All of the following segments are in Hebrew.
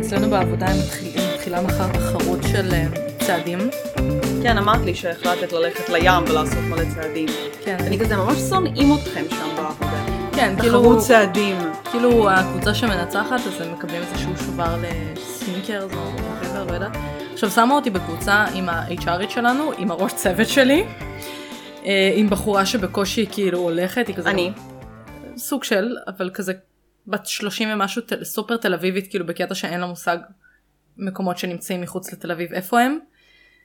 אצלנו בעבודה היא מתחיל- מתחילה מחר תחרות של אה, צעדים. כן, אמרת לי שהחלטת ללכת לים ולעשות מלא צעדים. כן, אני כזה ממש שונאים אתכם שם בעבודה. כן, כאילו, תחרות צעדים. כאילו הקבוצה שמנצחת אז הם מקבלים איזשהו שובר לסניקרס או וואטאבר, לא יודעת. עכשיו שמה אותי בקבוצה עם ה-HRית שלנו, עם הראש צוות שלי, אה, עם בחורה שבקושי כאילו הולכת, היא כזה... אני. סוג של, אבל כזה בת 30 ומשהו, תל, סופר תל אביבית, כאילו בקטע שאין לה מושג מקומות שנמצאים מחוץ לתל אביב, איפה הם?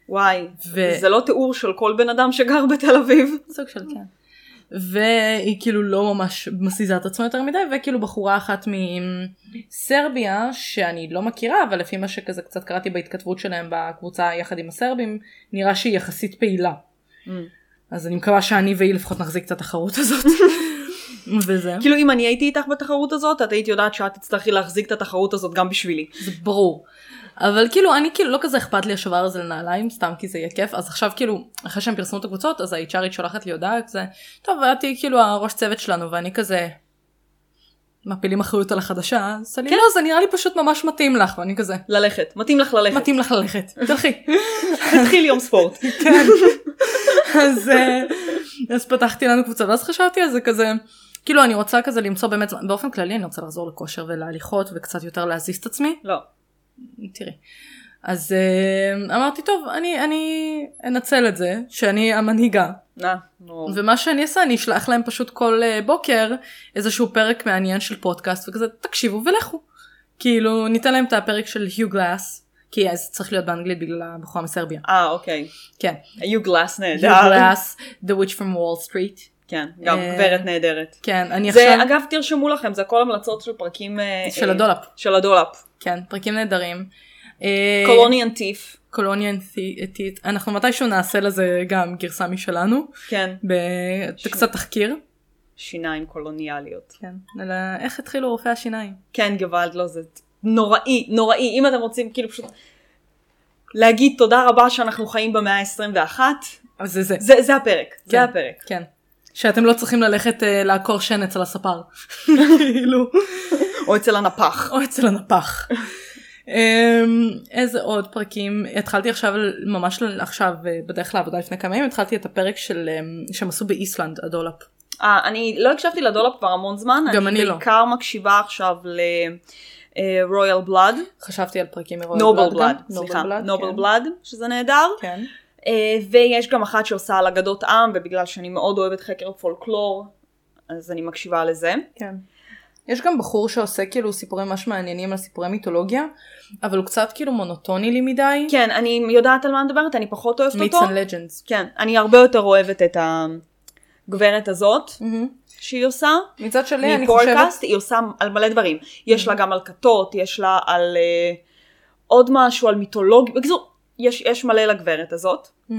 וואי. ו- זה לא תיאור של כל בן אדם שגר בתל אביב. סוג של כן. והיא כאילו לא ממש מזיזה את עצמה יותר מדי, וכאילו בחורה אחת מסרביה, שאני לא מכירה, אבל לפי מה שכזה קצת קראתי בהתכתבות שלהם בקבוצה יחד עם הסרבים, נראה שהיא יחסית פעילה. Mm. אז אני מקווה שאני והיא לפחות נחזיק את התחרות הזאת. וזה. כאילו אם אני הייתי איתך בתחרות הזאת, את היית יודעת שאת תצטרכי להחזיק את התחרות הזאת גם בשבילי. זה ברור. אבל כאילו אני כאילו לא כזה אכפת לי השובר הזה לנעליים סתם כי זה יהיה כיף אז עכשיו כאילו אחרי שהם פרסמו את הקבוצות אז ה-HRית שולחת לי הודעה כזה טוב את תהיי כאילו הראש צוות שלנו ואני כזה מפילים אחריות על החדשה אז אני כן. לא זה נראה לי פשוט ממש מתאים לך ואני כזה ללכת. מתאים לך ללכת. מתאים לך ללכת תלכי תתחיל יום ספורט. כן. אז, אה, אז פתחתי לנו קבוצה ואז חשבתי על זה כזה. כאילו אני רוצה כזה למצוא באמת זמן- באופן כללי אני רוצה לחזור לכושר ולהליכות וקצת יותר להזיז את עצמי לא. תראי. אז אה, אמרתי טוב אני אני אנצל את זה שאני המנהיגה אה, נו. ומה שאני אעשה אני אשלח להם פשוט כל אה, בוקר איזשהו פרק מעניין של פודקאסט וכזה תקשיבו ולכו. כאילו ניתן להם את הפרק של היו גלאס כי אז צריך להיות באנגלית בגלל הבחורה מסרביה. אה, אוקיי. כן. היו גלאס היו נהדר. גלאס, The Witch from Wall Street. כן, גם אה, גברת נהדרת. כן אני זה עכשיו אגב תרשמו לכם, זה הכל המלצות של פרקים... אה, של אה, הדולאפ של הדולאפ. כן פרקים נהדרים. אה, קולוניאן טיף. קולוניאן תית אנחנו מתישהו נעשה לזה גם גרסה משלנו. כן. ב- ש- קצת תחקיר. שיניים קולוניאליות. כן. על ה- איך התחילו רופאי השיניים. כן גוואלד, לא זה נוראי, נוראי. אם אתם רוצים כאילו פשוט להגיד תודה רבה שאנחנו חיים במאה ה-21, אז זה זה. זה, זה הפרק, כן. זה הפרק. כן. שאתם לא צריכים ללכת אה, לעקור שן אצל הספר. כאילו. או אצל הנפח. או אצל הנפח. אמ, איזה עוד פרקים התחלתי עכשיו ממש ל- עכשיו אה, בדרך לעבודה לפני כמה ימים התחלתי את הפרק של אמ, שהם עשו באיסלנד הדולאפ. אה, אני לא הקשבתי לדולאפ כבר המון זמן, גם אני אני לא. בעיקר מקשיבה עכשיו ל... אה, רויאל בלאד, חשבתי על פרקים מרויאל נובל בלאד בלאד, גם. סליחה, כן. Noble נובל Blood, בלאד, שזה נהדר, כן. אה, ויש גם אחת שעושה על אגדות עם, ובגלל שאני מאוד אוהבת חקר פולקלור, אז אני מקשיבה לזה. כן. יש גם בחור שעושה כאילו סיפורים ממש מעניינים על סיפורי מיתולוגיה, אבל הוא קצת כאילו מונוטוני לי מדי. כן, אני יודעת על מה אני מדברת, אני פחות אוהבת מיץ אותו. אנד לג'נדס. כן, אני הרבה יותר אוהבת את הגברת הזאת שהיא עושה. מצד שני אני חושבת, Mm. מפורקאסט, היא עושה על מלא דברים. יש לה גם על כתות, יש לה על אה, עוד משהו, על מיתולוגיה, בקיצור, יש, יש מלא לגברת הזאת. Mhm.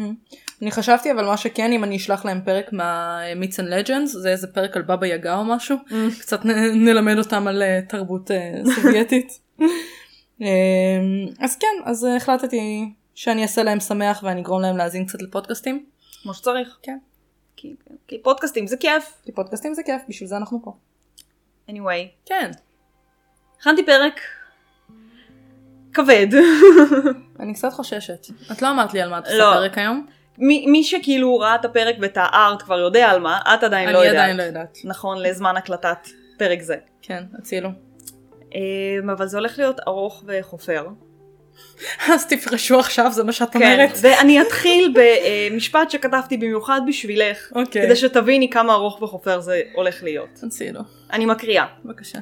אני חשבתי אבל מה שכן אם אני אשלח להם פרק אה, מהמיץ אנד לג'נדס זה איזה פרק על בבא יגה או משהו, קצת נ- נלמד אותם על אה, תרבות אה, סובייטית. אמ, אז כן, אז אה, החלטתי שאני אעשה להם שמח ואני אגרום להם להאזין קצת לפודקאסטים, כמו שצריך. כן. כי, כי פודקאסטים זה כיף. כי פודקאסטים זה כיף, בשביל זה אנחנו פה. anyway, כן. הכנתי פרק כבד. אני קצת חוששת. את לא אמרת לי על מה את עושה לא. פרק היום? מי, מי שכאילו ראה את הפרק ואת הארט כבר יודע על מה, את עדיין לא אני יודעת. עדיין לא יודעת. נכון, לזמן הקלטת פרק זה. כן, הצילו. אמ, אבל זה הולך להיות ארוך וחופר. אז תפרשו עכשיו, זה מה שאת כן, אומרת. ואני אתחיל במשפט שכתבתי במיוחד בשבילך, אוקיי. כדי שתביני כמה ארוך וחופר זה הולך להיות. הצילו. אני מקריאה. בבקשה.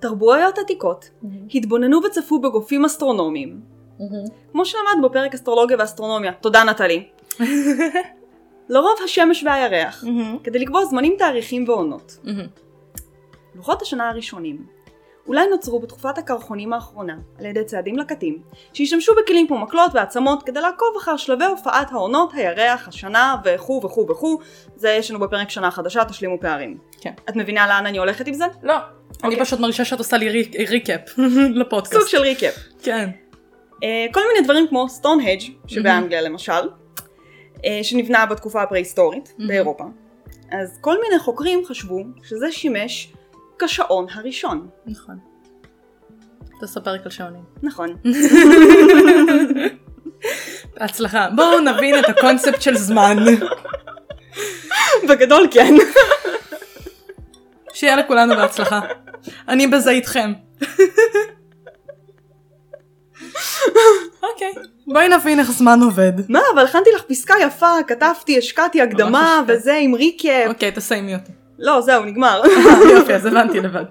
תרבויות עתיקות Mm-hmm. התבוננו וצפו בגופים אסטרונומיים, כמו שלמד בפרק אסטרולוגיה ואסטרונומיה. תודה נטלי. לרוב השמש והירח, Mm-hmm. כדי לקבוע זמנים, תאריכים ועונות. לוחות השנה הראשונים. אולי נוצרו בתקופת הקרחונים האחרונה על ידי צעדים לקטים, שהשתמשו בכלים כמו מקלות ועצמות כדי לעקוב אחר שלבי הופעת העונות, הירח, השנה וכו' וכו' וכו', זה יש לנו בפרק שנה חדשה, תשלימו פערים. כן. את מבינה לאן אני הולכת עם זה? לא. אני אוקיי. פשוט מרגישה שאת עושה לי ריק- ריקאפ לפודקאסט. סוג של ריקאפ. כן. אה, כל מיני דברים כמו סטונהג' שבאנגליה למשל, אה, שנבנה בתקופה הפרה-היסטורית מהמם. באירופה. אז כל מיני חוקרים חשבו שזה שימש כשעון הראשון. נכון. תעשה פרק על שעונים. נכון. הצלחה. בואו נבין את הקונספט של זמן. בגדול כן. שיהיה לכולנו בהצלחה. אני בזה איתכם. אוקיי. בואי נבין איך זמן עובד. מה, אבל הכנתי לך פסקה יפה, כתבתי, השקעתי הקדמה ממש וזה עם ריקאפ. אוקיי, תסיימי אותי. אה, לא, זהו, נגמר. יופי, אז הבנתי לבד.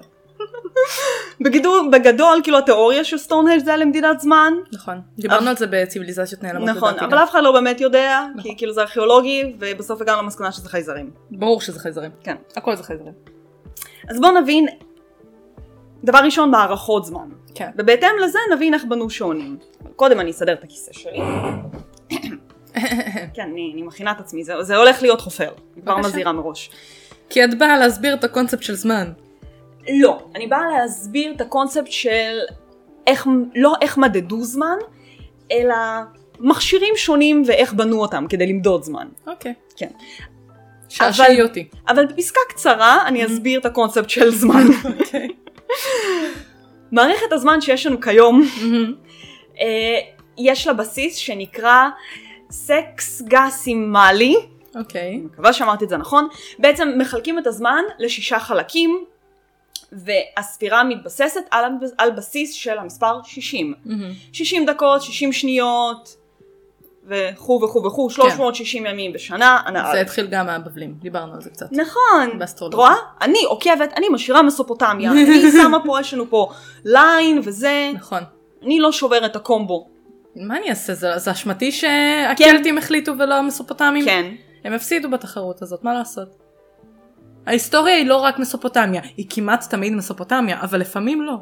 בגדול, בגדול, כאילו התיאוריה של סטונהג' זה על מדידת זמן. נכון. דיברנו על זה בציוויליזציות נעלמות. נכון, לדעתי אבל גם. נכון. אף אחד לא באמת יודע, כי כאילו זה ארכיאולוגי, ובסוף הגענו למסקנה שזה חייזרים. ברור שזה חייזרים. כן. הכל זה חייזרים. אז בואו נבין, דבר ראשון, מערכות זמן. כן. ובהתאם לזה נבין איך בנו שעונים. קודם אני אסדר את הכיסא שלי. כן, אני, אני מכינה את עצמי, זה, זה הולך להיות חופר. אני כבר בבקשה. מזהירה מראש. כי את באה להסביר את הקונספט של זמן. לא, אני באה להסביר את הקונספט של איך, לא איך מדדו זמן, אלא מכשירים שונים ואיך בנו אותם כדי למדוד זמן. אוקיי. כן. שעשעי אותי. אבל בפסקה קצרה אני אסביר את הקונספט של זמן. אוקיי. מערכת הזמן שיש לנו כיום, מהמם. אה, יש לה בסיס שנקרא סקס גסימלי, אוקיי. אני מקווה שאמרתי את זה נכון, בעצם מחלקים את הזמן לשישה חלקים, והספירה מתבססת על, המב- על בסיס של המספר 60. מהמם. 60 דקות, 60 שניות, וכו' וכו' וכו', 360 ימים בשנה, הנאה. כן. זה התחיל גם מהבבלים, דיברנו על זה קצת. נכון, את באסטרולוגיה. רואה? אני עוקבת, אני משאירה מסופוטמיה, אני שמה פה, יש לנו פה ליין וזה, נכון. אני לא שוברת את הקומבו. מה אני אעשה? זה זה אשמתי שהקלטים החליטו ולא המסופוטמים? כן. הם הפסידו בתחרות הזאת, מה לעשות? ההיסטוריה היא לא רק מסופוטמיה, היא כמעט תמיד מסופוטמיה, אבל לפעמים לא.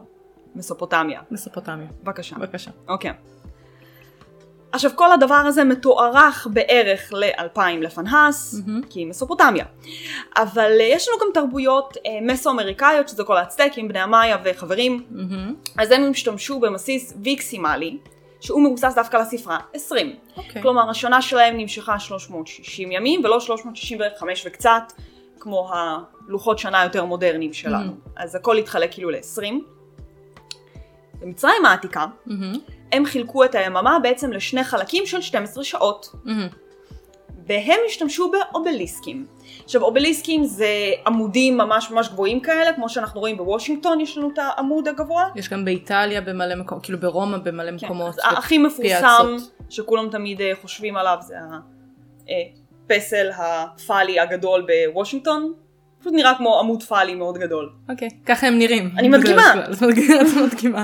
מסופוטמיה, מסופוטמיה. בבקשה. בבקשה. אוקיי. עכשיו כל הדבר הזה מתוארך בערך ל-2000 לפנהס, מהמם. כי מסופוטמיה. אבל אה, יש לנו גם תרבויות אה, מסו-אמריקאיות, שזה כל האצטקים, בני המאיה וחברים, מהמם. אז הם השתמשו במסיס ויקסימלי, שהוא מבוסס דווקא לספרה 20. אוקיי. כלומר השנה שלהם נמשכה 360 ימים ולא 365 וקצת כמו הלוחות שנה היותר מודרניים שלנו. Mhm. אז הכל התחלק כאילו ל-20. במצרים העתיקה מהמם. הם חילקו את היממה בעצם לשני חלקים של 12 שעות מהמם. והם השתמשו באובליסקים. עכשיו אובליסקים זה עמודים ממש ממש גבוהים כאלה כמו שאנחנו רואים בוושינגטון יש לנו את העמוד הגבוה. יש גם באיטליה במלא מקומות, כאילו ברומא במלא מקומות. כן, אז הכי מפורסם פיאצות. שכולם תמיד אה, חושבים עליו זה הפסל הפאלי הגדול בוושינגטון. פשוט נראה כמו עמוד פאלי מאוד גדול. אוקיי, ככה הם נראים. אני מדגימה. בדרך כלל. את מדגימה.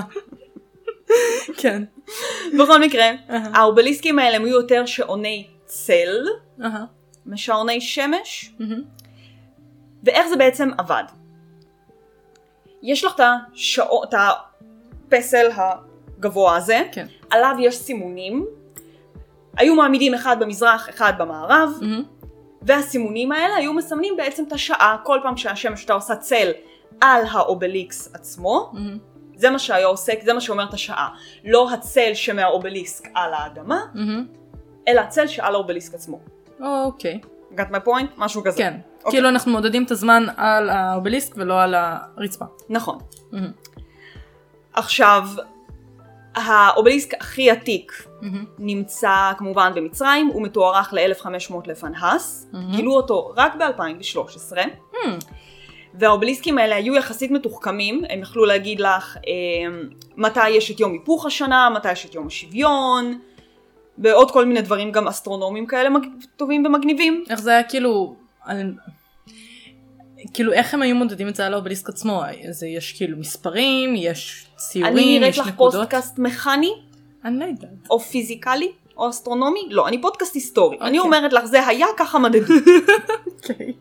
כן. בכל מקרה, אהה. האובליסקים האלה הם היו יותר שעוני צל אהה. משעוני שמש, מהמם. ואיך זה בעצם עבד. יש לך את השעו- את הפסל הגבוה הזה, כן. עליו יש סימונים. היו מעמידים אחד במזרח, אחד במערב, מהמם. והסימונים האלה היו מסמנים בעצם את השעה כל פעם שהשם שאתה עושה צל על האובליקס עצמו מהמם. זה מה שהיה עוסק זה מה שאומר את השעה לא הצל שמהאובליסק על האדמה מהמם. אלא הצל שעל האובליסק עצמו. אוקיי. got my point? משהו כזה. כן. אוקיי. כאילו אנחנו מודדים את הזמן על האובליסק ולא על הרצפה. נכון. מהמם. עכשיו האובליסק הכי עתיק מהמם. נמצא כמובן במצרים הוא מתוארך ל-1500 לפנהס מהמם. גילו אותו רק ב-2013 Hmm. והאובליסקים האלה היו יחסית מתוחכמים, הם יכלו להגיד לך אה, מתי יש את יום היפוך השנה, מתי יש את יום השוויון, ועוד כל מיני דברים גם אסטרונומיים כאלה מג- טובים ומגניבים. איך זה היה כאילו... על- כאילו איך הם היו מודדים את זה על האובליסק עצמו? זה יש כאילו מספרים, יש אני ציורים, נראית יש לך נקודות. פודקאסט מכני, אני לא יודעת. או פיזיקלי, או אסטרונומי? לא, אני פודקאסט היסטורי. אני אוקיי. אומרת לך, זה היה ככה מדדי. אוקיי.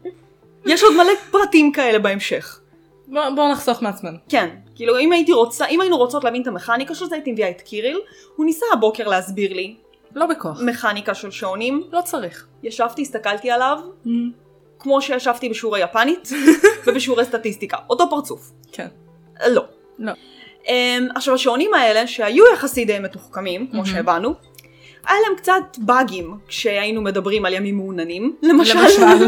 יש עוד מלא פרטים כאלה בהמשך. בוא- בואו נחסוך מעצמנו. כן, כאילו אם הייתי רוצה, אם היינו רוצות להבין את המכניקה של זה, הייתי מביאה את קיריל. הוא ניסה הבוקר להסביר לי לא בכוח. מכניקה של שעונים. לא צריך. ישבתי, הסתכלתי עליו, כמו שישבתי בשיעורי יפנית ובשיעורי סטטיסטיקה, אותו פרצוף. כן. אה, לא. לא. Um, עכשיו השעונים האלה שהיו יחסית די מתוחכמים, כמו Mhm. שהבנו, היה להם קצת באגים כשהיינו מדברים על ימים מעוננים, למשל. למשל.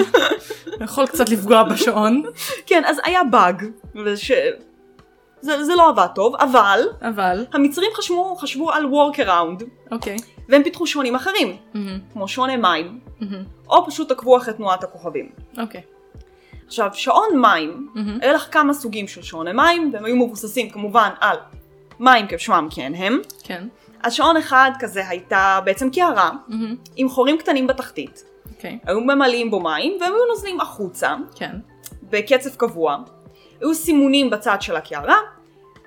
יכול קצת לפגוע בשעון. כן, אז היה באג, וש... זה, זה לא עבד טוב, אבל אבל, המצרים חשבו, חשבו על work around, אוקיי. והם פיתחו שעונים אחרים, מהמם, כמו שעוני מים, מהמם, או פשוט עקבו אחרי תנועת הכוכבים. אוקיי. עכשיו, שעון מים, מהמם, היה לך כמה סוגים של שעוני מים, והם היו מבוססים כמובן על מים כשמם כן הם. כן. אז שעון אחד כזה הייתה בעצם קערה, מהמם, עם חורים קטנים בתחתית. אוקיי. היו ממלאים בו מים, והם היו נוזלים החוצה, כן. בקצב קבוע. היו סימונים בצד של הקערה,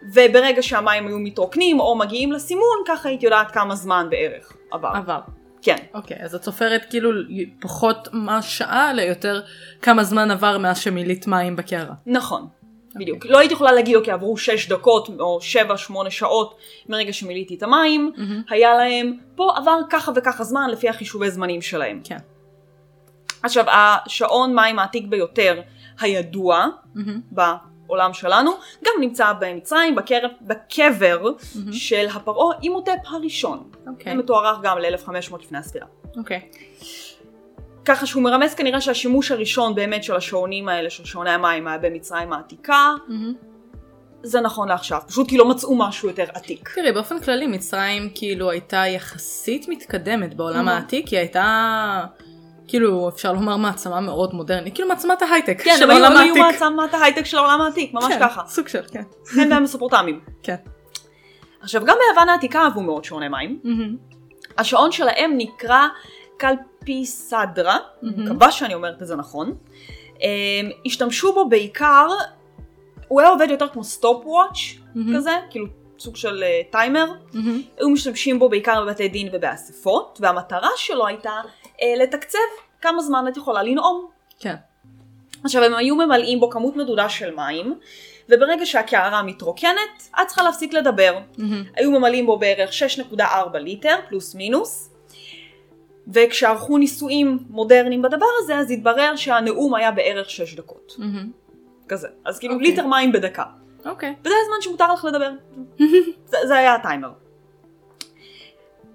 וברגע שהמים היו מתרוקנים או מגיעים לסימון, ככה היית יודעת כמה זמן בערך עבר. עבר. כן. אוקיי, אז את סופרת כאילו פחות מה שעה, אלא יותר כמה זמן עבר מאז שמילית מים בקערה. נכון, אוקיי. בדיוק. לא הייתי יכולה להגיד, אוקיי, עברו 6 דקות או 7-8 שעות מרגע שמילאתי את המים, מהמם, היה להם, פה עבר ככה וככה זמן לפי החישובי זמנים שלהם. כן. עכשיו, השעון מים העתיק ביותר הידוע מהמם, בעולם שלנו, גם נמצא במצרים, בקר... בקבר מהמם, של הפרעה אימוטפ הראשון. אוקיי. זה מתוארך גם ל-1500 לפני הספירה. אוקיי. ככה שהוא מרמז כנראה שהשימוש הראשון באמת של השעונים האלה, של שעוני המים, היה במצרים העתיקה, מהמם. זה נכון לעכשיו, פשוט כי לא מצאו משהו יותר עתיק. תראי, באופן כללי מצרים כאילו הייתה יחסית מתקדמת בעולם Mhm. העתיק, היא הייתה כאילו אפשר לומר מעצמה מאוד מודרנית, כאילו מעצמת ההייטק כן, של הם היו- העולם הם היו העתיק. מעצמת ההייטק של העולם העתיק, ממש כן, ככה. סוג של, כן. הם והמסופוטמים. כן. עכשיו, גם ביוון העתיקה אהבו מאוד שעוני מים. מהמם, השעון שלהם נקרא קלפיסדרה, מהמם. מקווה שאני אומרת את זה נכון. אמ, השתמשו בו בעיקר, הוא היה עובד יותר כמו סטופ וואץ' מהמם, כזה, כאילו סוג של אה, טיימר. מהמם, היו משתמשים בו בעיקר בבתי דין ובאספות, והמטרה שלו הייתה אה, לתקצב כמה זמן את יכולה לנאום. כן. עכשיו הם היו ממלאים בו כמות מדודה של מים, וברגע שהקערה מתרוקנת, את צריכה להפסיק לדבר. מהמם, היו ממלאים בו בערך 6.4 ליטר, פלוס מינוס. וכשערכו ניסויים מודרניים בדבר הזה, אז התברר שהנאום היה בערך 6 דקות. מהמם. כזה. אז כאילו okay. אוקיי. ליטר מים בדקה. אוקיי. וזה הזמן שמותר לך לדבר. זה, זה היה הטיימר.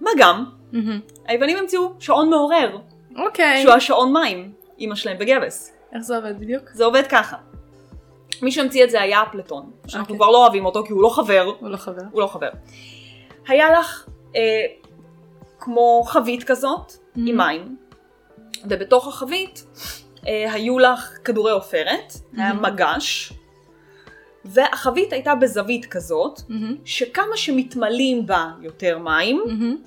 מה גם, מהמם. היוונים המציאו שעון מעורר, אוקיי. שהוא השעון מים, אימא שלהם בגבס. איך זה עובד בדיוק? זה עובד ככה. מי שהמציא את זה היה אפלטון, שאנחנו אוקיי. כבר לא אוהבים אותו כי הוא לא חבר, הוא לא חבר. הוא לא חבר. היה לך אה, כמו חבית כזאת עם מים, ובתוך החבית אה, היו לך כדורי עופרת, היה Mhm. מגש, והחבית הייתה בזווית כזאת, מהמם, שכמה שמתמלאים בה יותר מים, מהמם.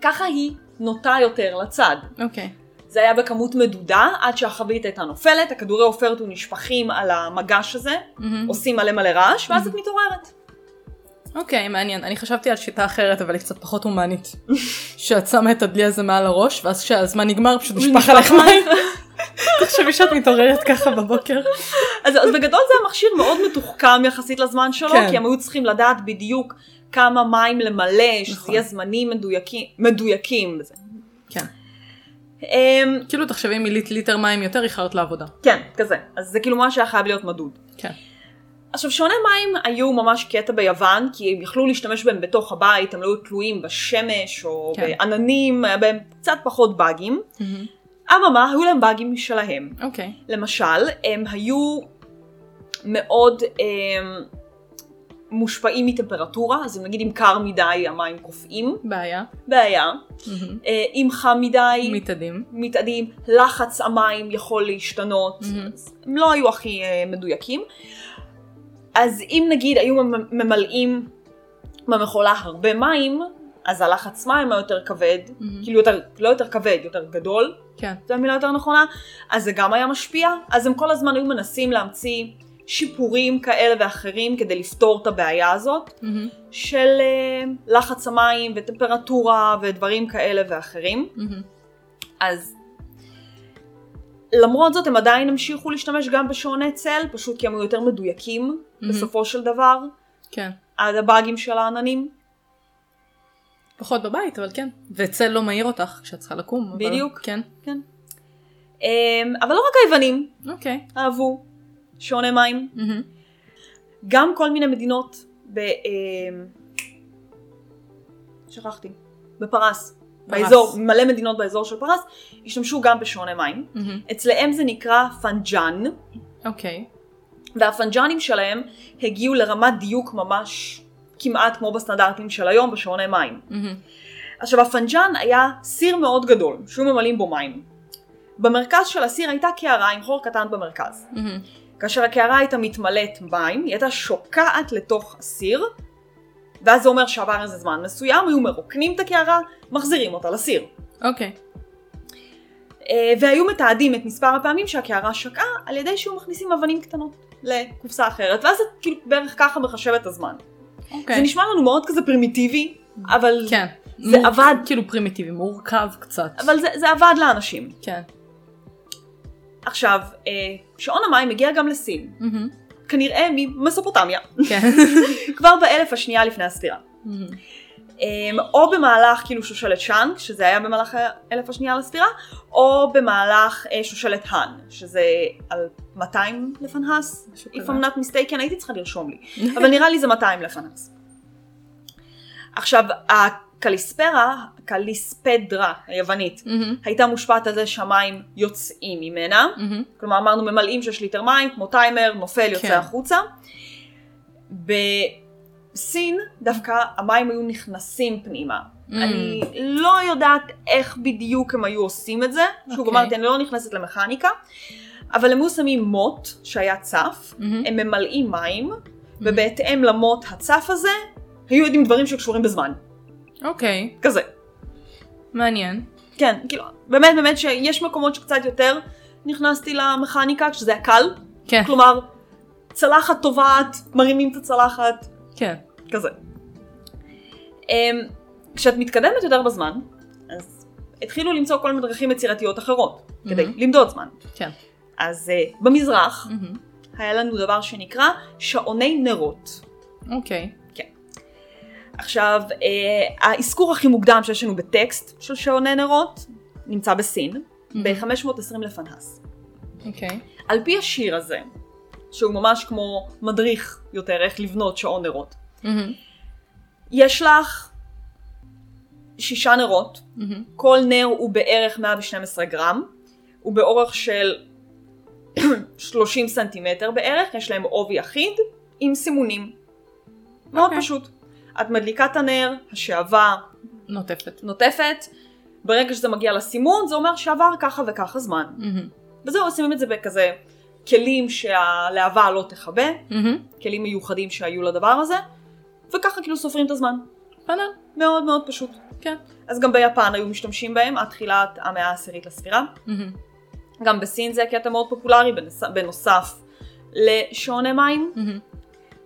ככה היא נוטה יותר לצד. אוקיי. זה היה בכמות מדודה, עד שהחבית הייתה נופלת, הכדורי עופרת היו נשפכים על המגש הזה, מהמם. עושים מלא מלא רעש, ואז את מתעוררת. אוקיי, מעניין. אני חשבתי על שיטה אחרת, אבל היא קצת פחות הומנית. שאת שמה את הדלי הזה מעל הראש, ואז כשהזמן נגמר פשוט נשפך עליך מים. תחשבי שאת מתעוררת ככה בבוקר. אז, אז בגדול זה היה מכשיר מאוד מתוחכם יחסית לזמן שלו, כן. כי הם היו צריכים לדעת בדיוק כמה מים למלא, שזה נכון. יהיה זמנים מדויקים. מדויקים בזה. כן. אמ, כאילו תחשבי אם מילית ליטר מים יותר, איחרת לעבודה. כן, כזה. אז זה כאילו מה שהיה חייב להיות מדוד. כן. עכשיו, שעוני מים היו ממש קטע ביוון, כי הם יכלו להשתמש בהם בתוך הבית, הם לא היו תלויים בשמש או כן. בעננים, היה בהם קצת פחות באגים. אממה, היו להם באגים משלהם. אוקיי. למשל, הם היו מאוד הם, מושפעים מטמפרטורה, אז נגיד אם קר מדי המים קופאים, בעיה. בעיה. מהמם. אה, אם חם מדי, מתאדים. מתאדים, לחץ המים יכול להשתנות, Mhm. אז הם לא היו הכי אה, מדויקים. אז אם נגיד היו ממ- ממלאים במכולה הרבה מים, אז הלחץ מים היה יותר כבד, מהמם. כאילו יותר, לא יותר כבד, יותר גדול, כן. זו המילה יותר נכונה, אז זה גם היה משפיע, אז הם כל הזמן היו מנסים להמציא שיפורים כאלה ואחרים כדי לפתור את הבעיה הזאת מהמם. של אה, לחץ המים וטמפרטורה ודברים כאלה ואחרים. מהמם. אז למרות זאת הם עדיין המשיכו להשתמש גם בשעוני צל, פשוט כי הם היו יותר מדויקים Mhm. בסופו של דבר, כן. עד הבאגים של העננים, פחות בבית, אבל כן. וצל לא מעיר אותך כשאת צריכה לקום. אבל- בדיוק. כן. אמ, אבל לא רק היוונים אוקיי. אהבו שעוני מים, מהמם. גם כל מיני מדינות ב... אמ, שכחתי, בפרס. באזור, מלא מדינות באזור של פרס, השתמשו גם בשעוני מים. מהמם. אצלהם זה נקרא פנג'אן, אוקיי. והפנג'נים שלהם הגיעו לרמת דיוק ממש כמעט כמו בסטנדרטים של היום בשעוני מים. מהמם. עכשיו הפנג'ן היה סיר מאוד גדול, שהיו ממלאים בו מים. במרכז של הסיר הייתה קערה עם חור קטן במרכז. מהמם. כאשר הקערה הייתה מתמלאת מים, היא הייתה שוקעת לתוך הסיר, ואז זה אומר שעבר איזה זמן מסוים, היו מרוקנים את הקערה, מחזירים אותה לסיר. אוקיי. אה, והיו מתעדים את מספר הפעמים שהקערה שקעה על ידי שהיו מכניסים אבנים קטנות לקופסה אחרת, ואז את כאילו בערך ככה מחשב את הזמן. Okay. זה אוקיי. נשמע לנו מאוד כזה פרימיטיבי, אבל, כן. זה מור- עבד. כאילו פרימיטיבי, מורכב קצת. אבל זה, זה עבד לאנשים. כן. עכשיו, אה, שעון המים הגיע גם לסין, מהמם. כנראה ממסופוטמיה, כן. כבר באלף השנייה לפני הספירה. מהמם. אמ, או במהלך כאילו שושלת שאנג, שזה היה במהלך האלף השנייה לספירה, או במהלך אה, שושלת האן, שזה על 200 לפנהס, משהו If כזה. I'm not mistaken, הייתי צריכה לרשום לי, אבל נראה לי זה 200 לפנהס. עכשיו, הקליספרה, הקליספדרה היוונית, מהמם. הייתה מושפעת על זה שהמים יוצאים ממנה, מהמם. כלומר אמרנו ממלאים שש ליטר מים, כמו טיימר, נופל, יוצא כן. החוצה. בסין דווקא המים היו נכנסים פנימה. Mm. אני לא יודעת איך בדיוק הם היו עושים את זה, שוב אוקיי. אמרתי, אני לא נכנסת למכניקה, אבל הם היו שמים מוט שהיה צף, מהמם. הם ממלאים מים, Mm-hmm. ובהתאם למוט הצף הזה, היו יודעים דברים שקשורים בזמן, אוקיי. כזה. מעניין. כן, כאילו, באמת באמת שיש מקומות שקצת יותר נכנסתי למכניקה, כשזה היה קל, כן. כלומר, צלחת טובעת, מרימים את הצלחת, כן. כזה. אמ, כשאת מתקדמת יותר בזמן, אז התחילו למצוא כל מיני דרכים יצירתיות אחרות, כדי מהמם. למדוד זמן. כן. אז אה, במזרח מהמם. היה לנו דבר שנקרא שעוני נרות. אוקיי. עכשיו, אה, האזכור הכי מוקדם שיש לנו בטקסט של שעוני נרות נמצא בסין, מהמם. ב-520 לפנהס. אוקיי. על פי השיר הזה, שהוא ממש כמו מדריך יותר איך לבנות שעון נרות, מהמם. יש לך שישה נרות, מהמם. כל נר הוא בערך 112 גרם, הוא באורך של 30 סנטימטר בערך, יש להם עובי אחיד עם סימונים. מאוד אוקיי. פשוט. את מדליקה את הנר, השעווה נוטפת. נוטפת, ברגע שזה מגיע לסימון זה אומר שעבר ככה וככה זמן. מהמם. וזהו, שמים את זה בכזה כלים שהלהבה לא תכבה, מהמם. כלים מיוחדים שהיו לדבר הזה, וככה כאילו סופרים את הזמן. פאנל. מאוד מאוד פשוט. כן. אז גם ביפן היו משתמשים בהם עד תחילת המאה העשירית לספירה. מהמם. גם בסין זה קטע מאוד פופולרי בנס... בנוסף לשעוני מים. מהמם.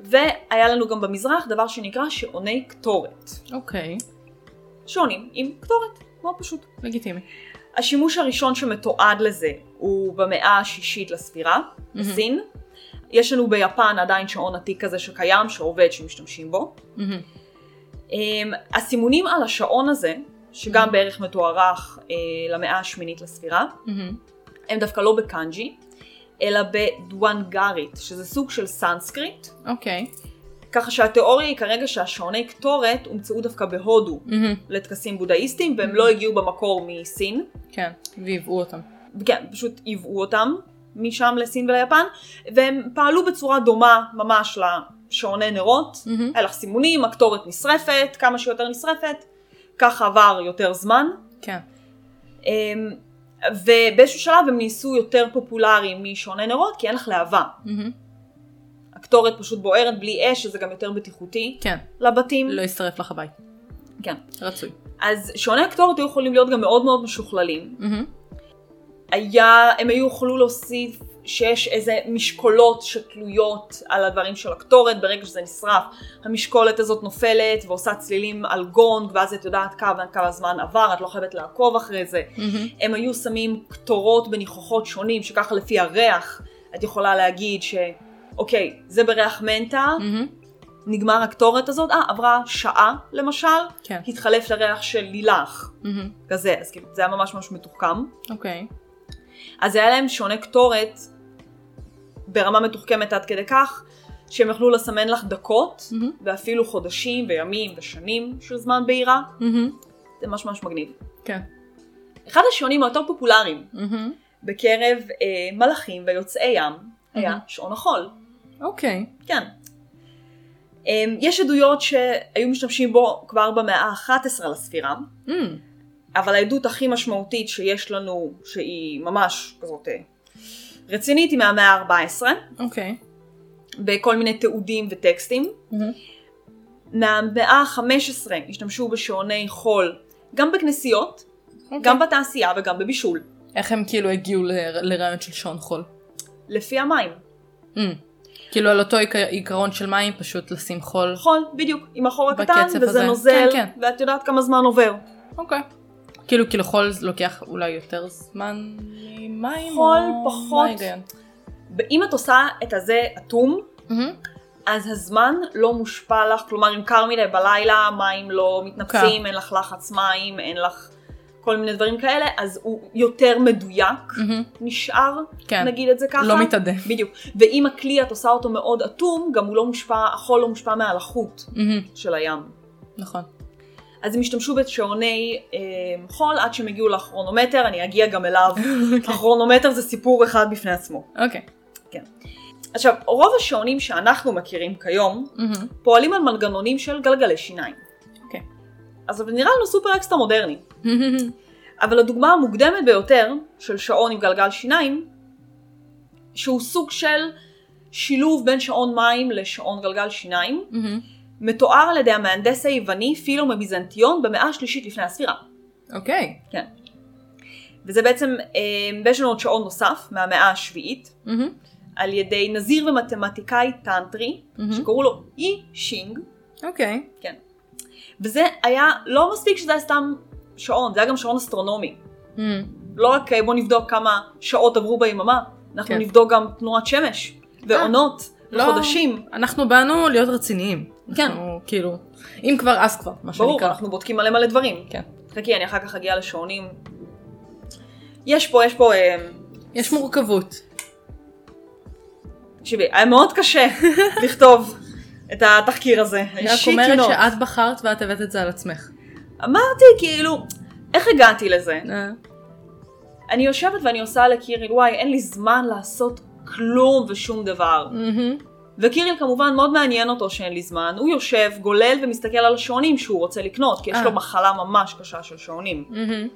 והיה לנו גם במזרח דבר שנקרא שעוני קטורת. אוקיי. שעונים עם קטורת, מאוד פשוט. לגיטימי. השימוש הראשון שמתועד לזה הוא במאה השישית לספירה, מהמם. בסין. יש לנו ביפן עדיין שעון עתיק כזה שקיים, שעובד, שמשתמשים בו. מהמם. אמ, הסימונים על השעון הזה, שגם מהמם. בערך מתוארך אה, למאה השמינית לספירה, מהמם. הם דווקא לא בקאנג'י, אלא בדואנגרית, שזה סוג של סנסקריט, אוקיי. ככה שהתיאוריה היא כרגע שהשעוני קטורת הומצאו דווקא בהודו מהמם. לטקסים בודהיסטיים, והם לא הגיעו במקור מסין. כן. ויבאו אותם. כן, פשוט ייבאו אותם משם לסין וליפן, והם פעלו בצורה דומה ממש לשעוני נרות. מהמם. היה לך סימונים, הקטורת נשרפת, כמה שיותר נשרפת, ככה עבר יותר זמן. כן. אמ, ובאיזשהו שלב הם נעשו יותר פופולריים משעוני נרות, כי אין לך להבה. מהמם. הקטורת פשוט בוערת בלי אש, שזה גם יותר בטיחותי כן. לבתים. לא יצטרף לך הבית. כן. רצוי. אז שעוני הקטורת היו יכולים להיות גם מאוד מאוד משוכללים. מהמם. היה, הם היו יכולו להוסיף שיש איזה משקולות שתלויות על הדברים של הקטורת, ברגע שזה נשרף, המשקולת הזאת נופלת ועושה צלילים על גונג, ואז את יודעת כמה, כמה זמן עבר, את לא חייבת לעקוב אחרי זה. מהמם. הם היו שמים קטורות בניחוחות שונים, שככה לפי הריח את יכולה להגיד ש... אוקיי, זה בריח מנטה, מהמם. נגמר הקטורת הזאת, אה, עברה שעה למשל, כן. התחלף לריח של לילך, מהמם. כזה, אז כאילו, זה היה ממש ממש מתוחכם. אוקיי. אז היה להם שעוני קטורת ברמה מתוחכמת עד כדי כך, שהם יכלו לסמן לך דקות, מהמם. ואפילו חודשים וימים ושנים של זמן בעירה, מהמם. זה ממש ממש מגניב. כן. אחד השעונים היותר פופולריים מהמם. בקרב אה, מלאכים ויוצאי ים היה שעון החול. אוקיי. כן. אמ, יש עדויות שהיו משתמשים בו כבר במאה ה-11 לספירה, אמ, אבל העדות הכי משמעותית שיש לנו, שהיא ממש כזאת אה, רצינית, היא מהמאה ה-14, אוקיי. בכל מיני תיעודים וטקסטים. מהמם. מהמאה ה-15 השתמשו בשעוני חול, גם בכנסיות, אוקיי. גם בתעשייה וגם בבישול, איך הם כאילו הגיעו ל- לרעיון של שעון חול? לפי המים. אמ. כאילו על אותו עיק- עיקרון של מים פשוט לשים חול. חול, בדיוק, עם החור הקטן, בקצב וזה הזה. נוזל, כן, כן. ואת יודעת כמה זמן עובר. אוקיי. כאילו כאילו חול לוקח אולי יותר זמן ממים? חול או- פחות. מה ההיגיון? אם את עושה את הזה אטום, מהמם. אז הזמן לא מושפע לך, כלומר אם קר מדי בלילה, מים לא מתנפצים, אוקיי. אין לך לחץ מים, אין לך כל מיני דברים כאלה, אז הוא יותר מדויק מהמם. נשאר, Mm-hmm. כן. נגיד את זה ככה. לא מתעדף. בדיוק. ואם הכלי את עושה אותו מאוד אטום, גם הוא לא מושפע, החול לא מושפע מהלחות מהמם. של הים. נכון. אז הם השתמשו בשעוני אה, חול עד שהם הגיעו לכרונומטר, אני אגיע גם אליו. הכרונומטר זה סיפור אחד בפני עצמו. אוקיי. עכשיו, רוב השעונים שאנחנו מכירים כיום, מהמם. פועלים על מנגנונים של גלגלי שיניים. אוקיי. אז זה נראה לנו סופר אקסטרה מודרני. אבל הדוגמה המוקדמת ביותר של שעון עם גלגל שיניים, שהוא סוג של שילוב בין שעון מים לשעון גלגל שיניים, מהמם. מתואר על ידי המהנדס היווני פילו מביזנטיון במאה השלישית לפני הספירה. אוקיי. וזה בעצם, אה, ויש לנו עוד שעון נוסף מהמאה השביעית, מהמם. על ידי נזיר ומתמטיקאי טנטרי, מהמם. שקראו לו אי שינג, אוקיי. וזה היה, לא מספיק שזה היה סתם שעון, זה היה גם שעון אסטרונומי. מהמם. לא רק אה, בוא נבדוק כמה שעות עברו ביממה, אנחנו כן. אה, נבדוק גם תנועת שמש, ועונות, לא. וחודשים. אנחנו באנו להיות רציניים. כן. אנחנו כאילו, אם כבר אז כבר, מה שנקרא. ברור, אנחנו בודקים מלא מלא דברים. כן. חכי, אני אחר כך אגיע לשעונים. יש פה, יש פה, אה, יש מורכבות. תקשיבי, היה מאוד קשה לכתוב את התחקיר הזה. אני רק Shit you אומרת not. שאת בחרת ואת הבאת את זה על עצמך. אמרתי, כאילו, איך הגעתי לזה? אה, אני יושבת ואני עושה לקיריל, וואי, אין לי זמן לעשות כלום ושום דבר. מהמם. וקיריל כמובן מאוד מעניין אותו שאין לי זמן, הוא יושב, גולל ומסתכל על השעונים שהוא רוצה לקנות, כי יש אה. לו מחלה ממש קשה של שעונים. מהמם.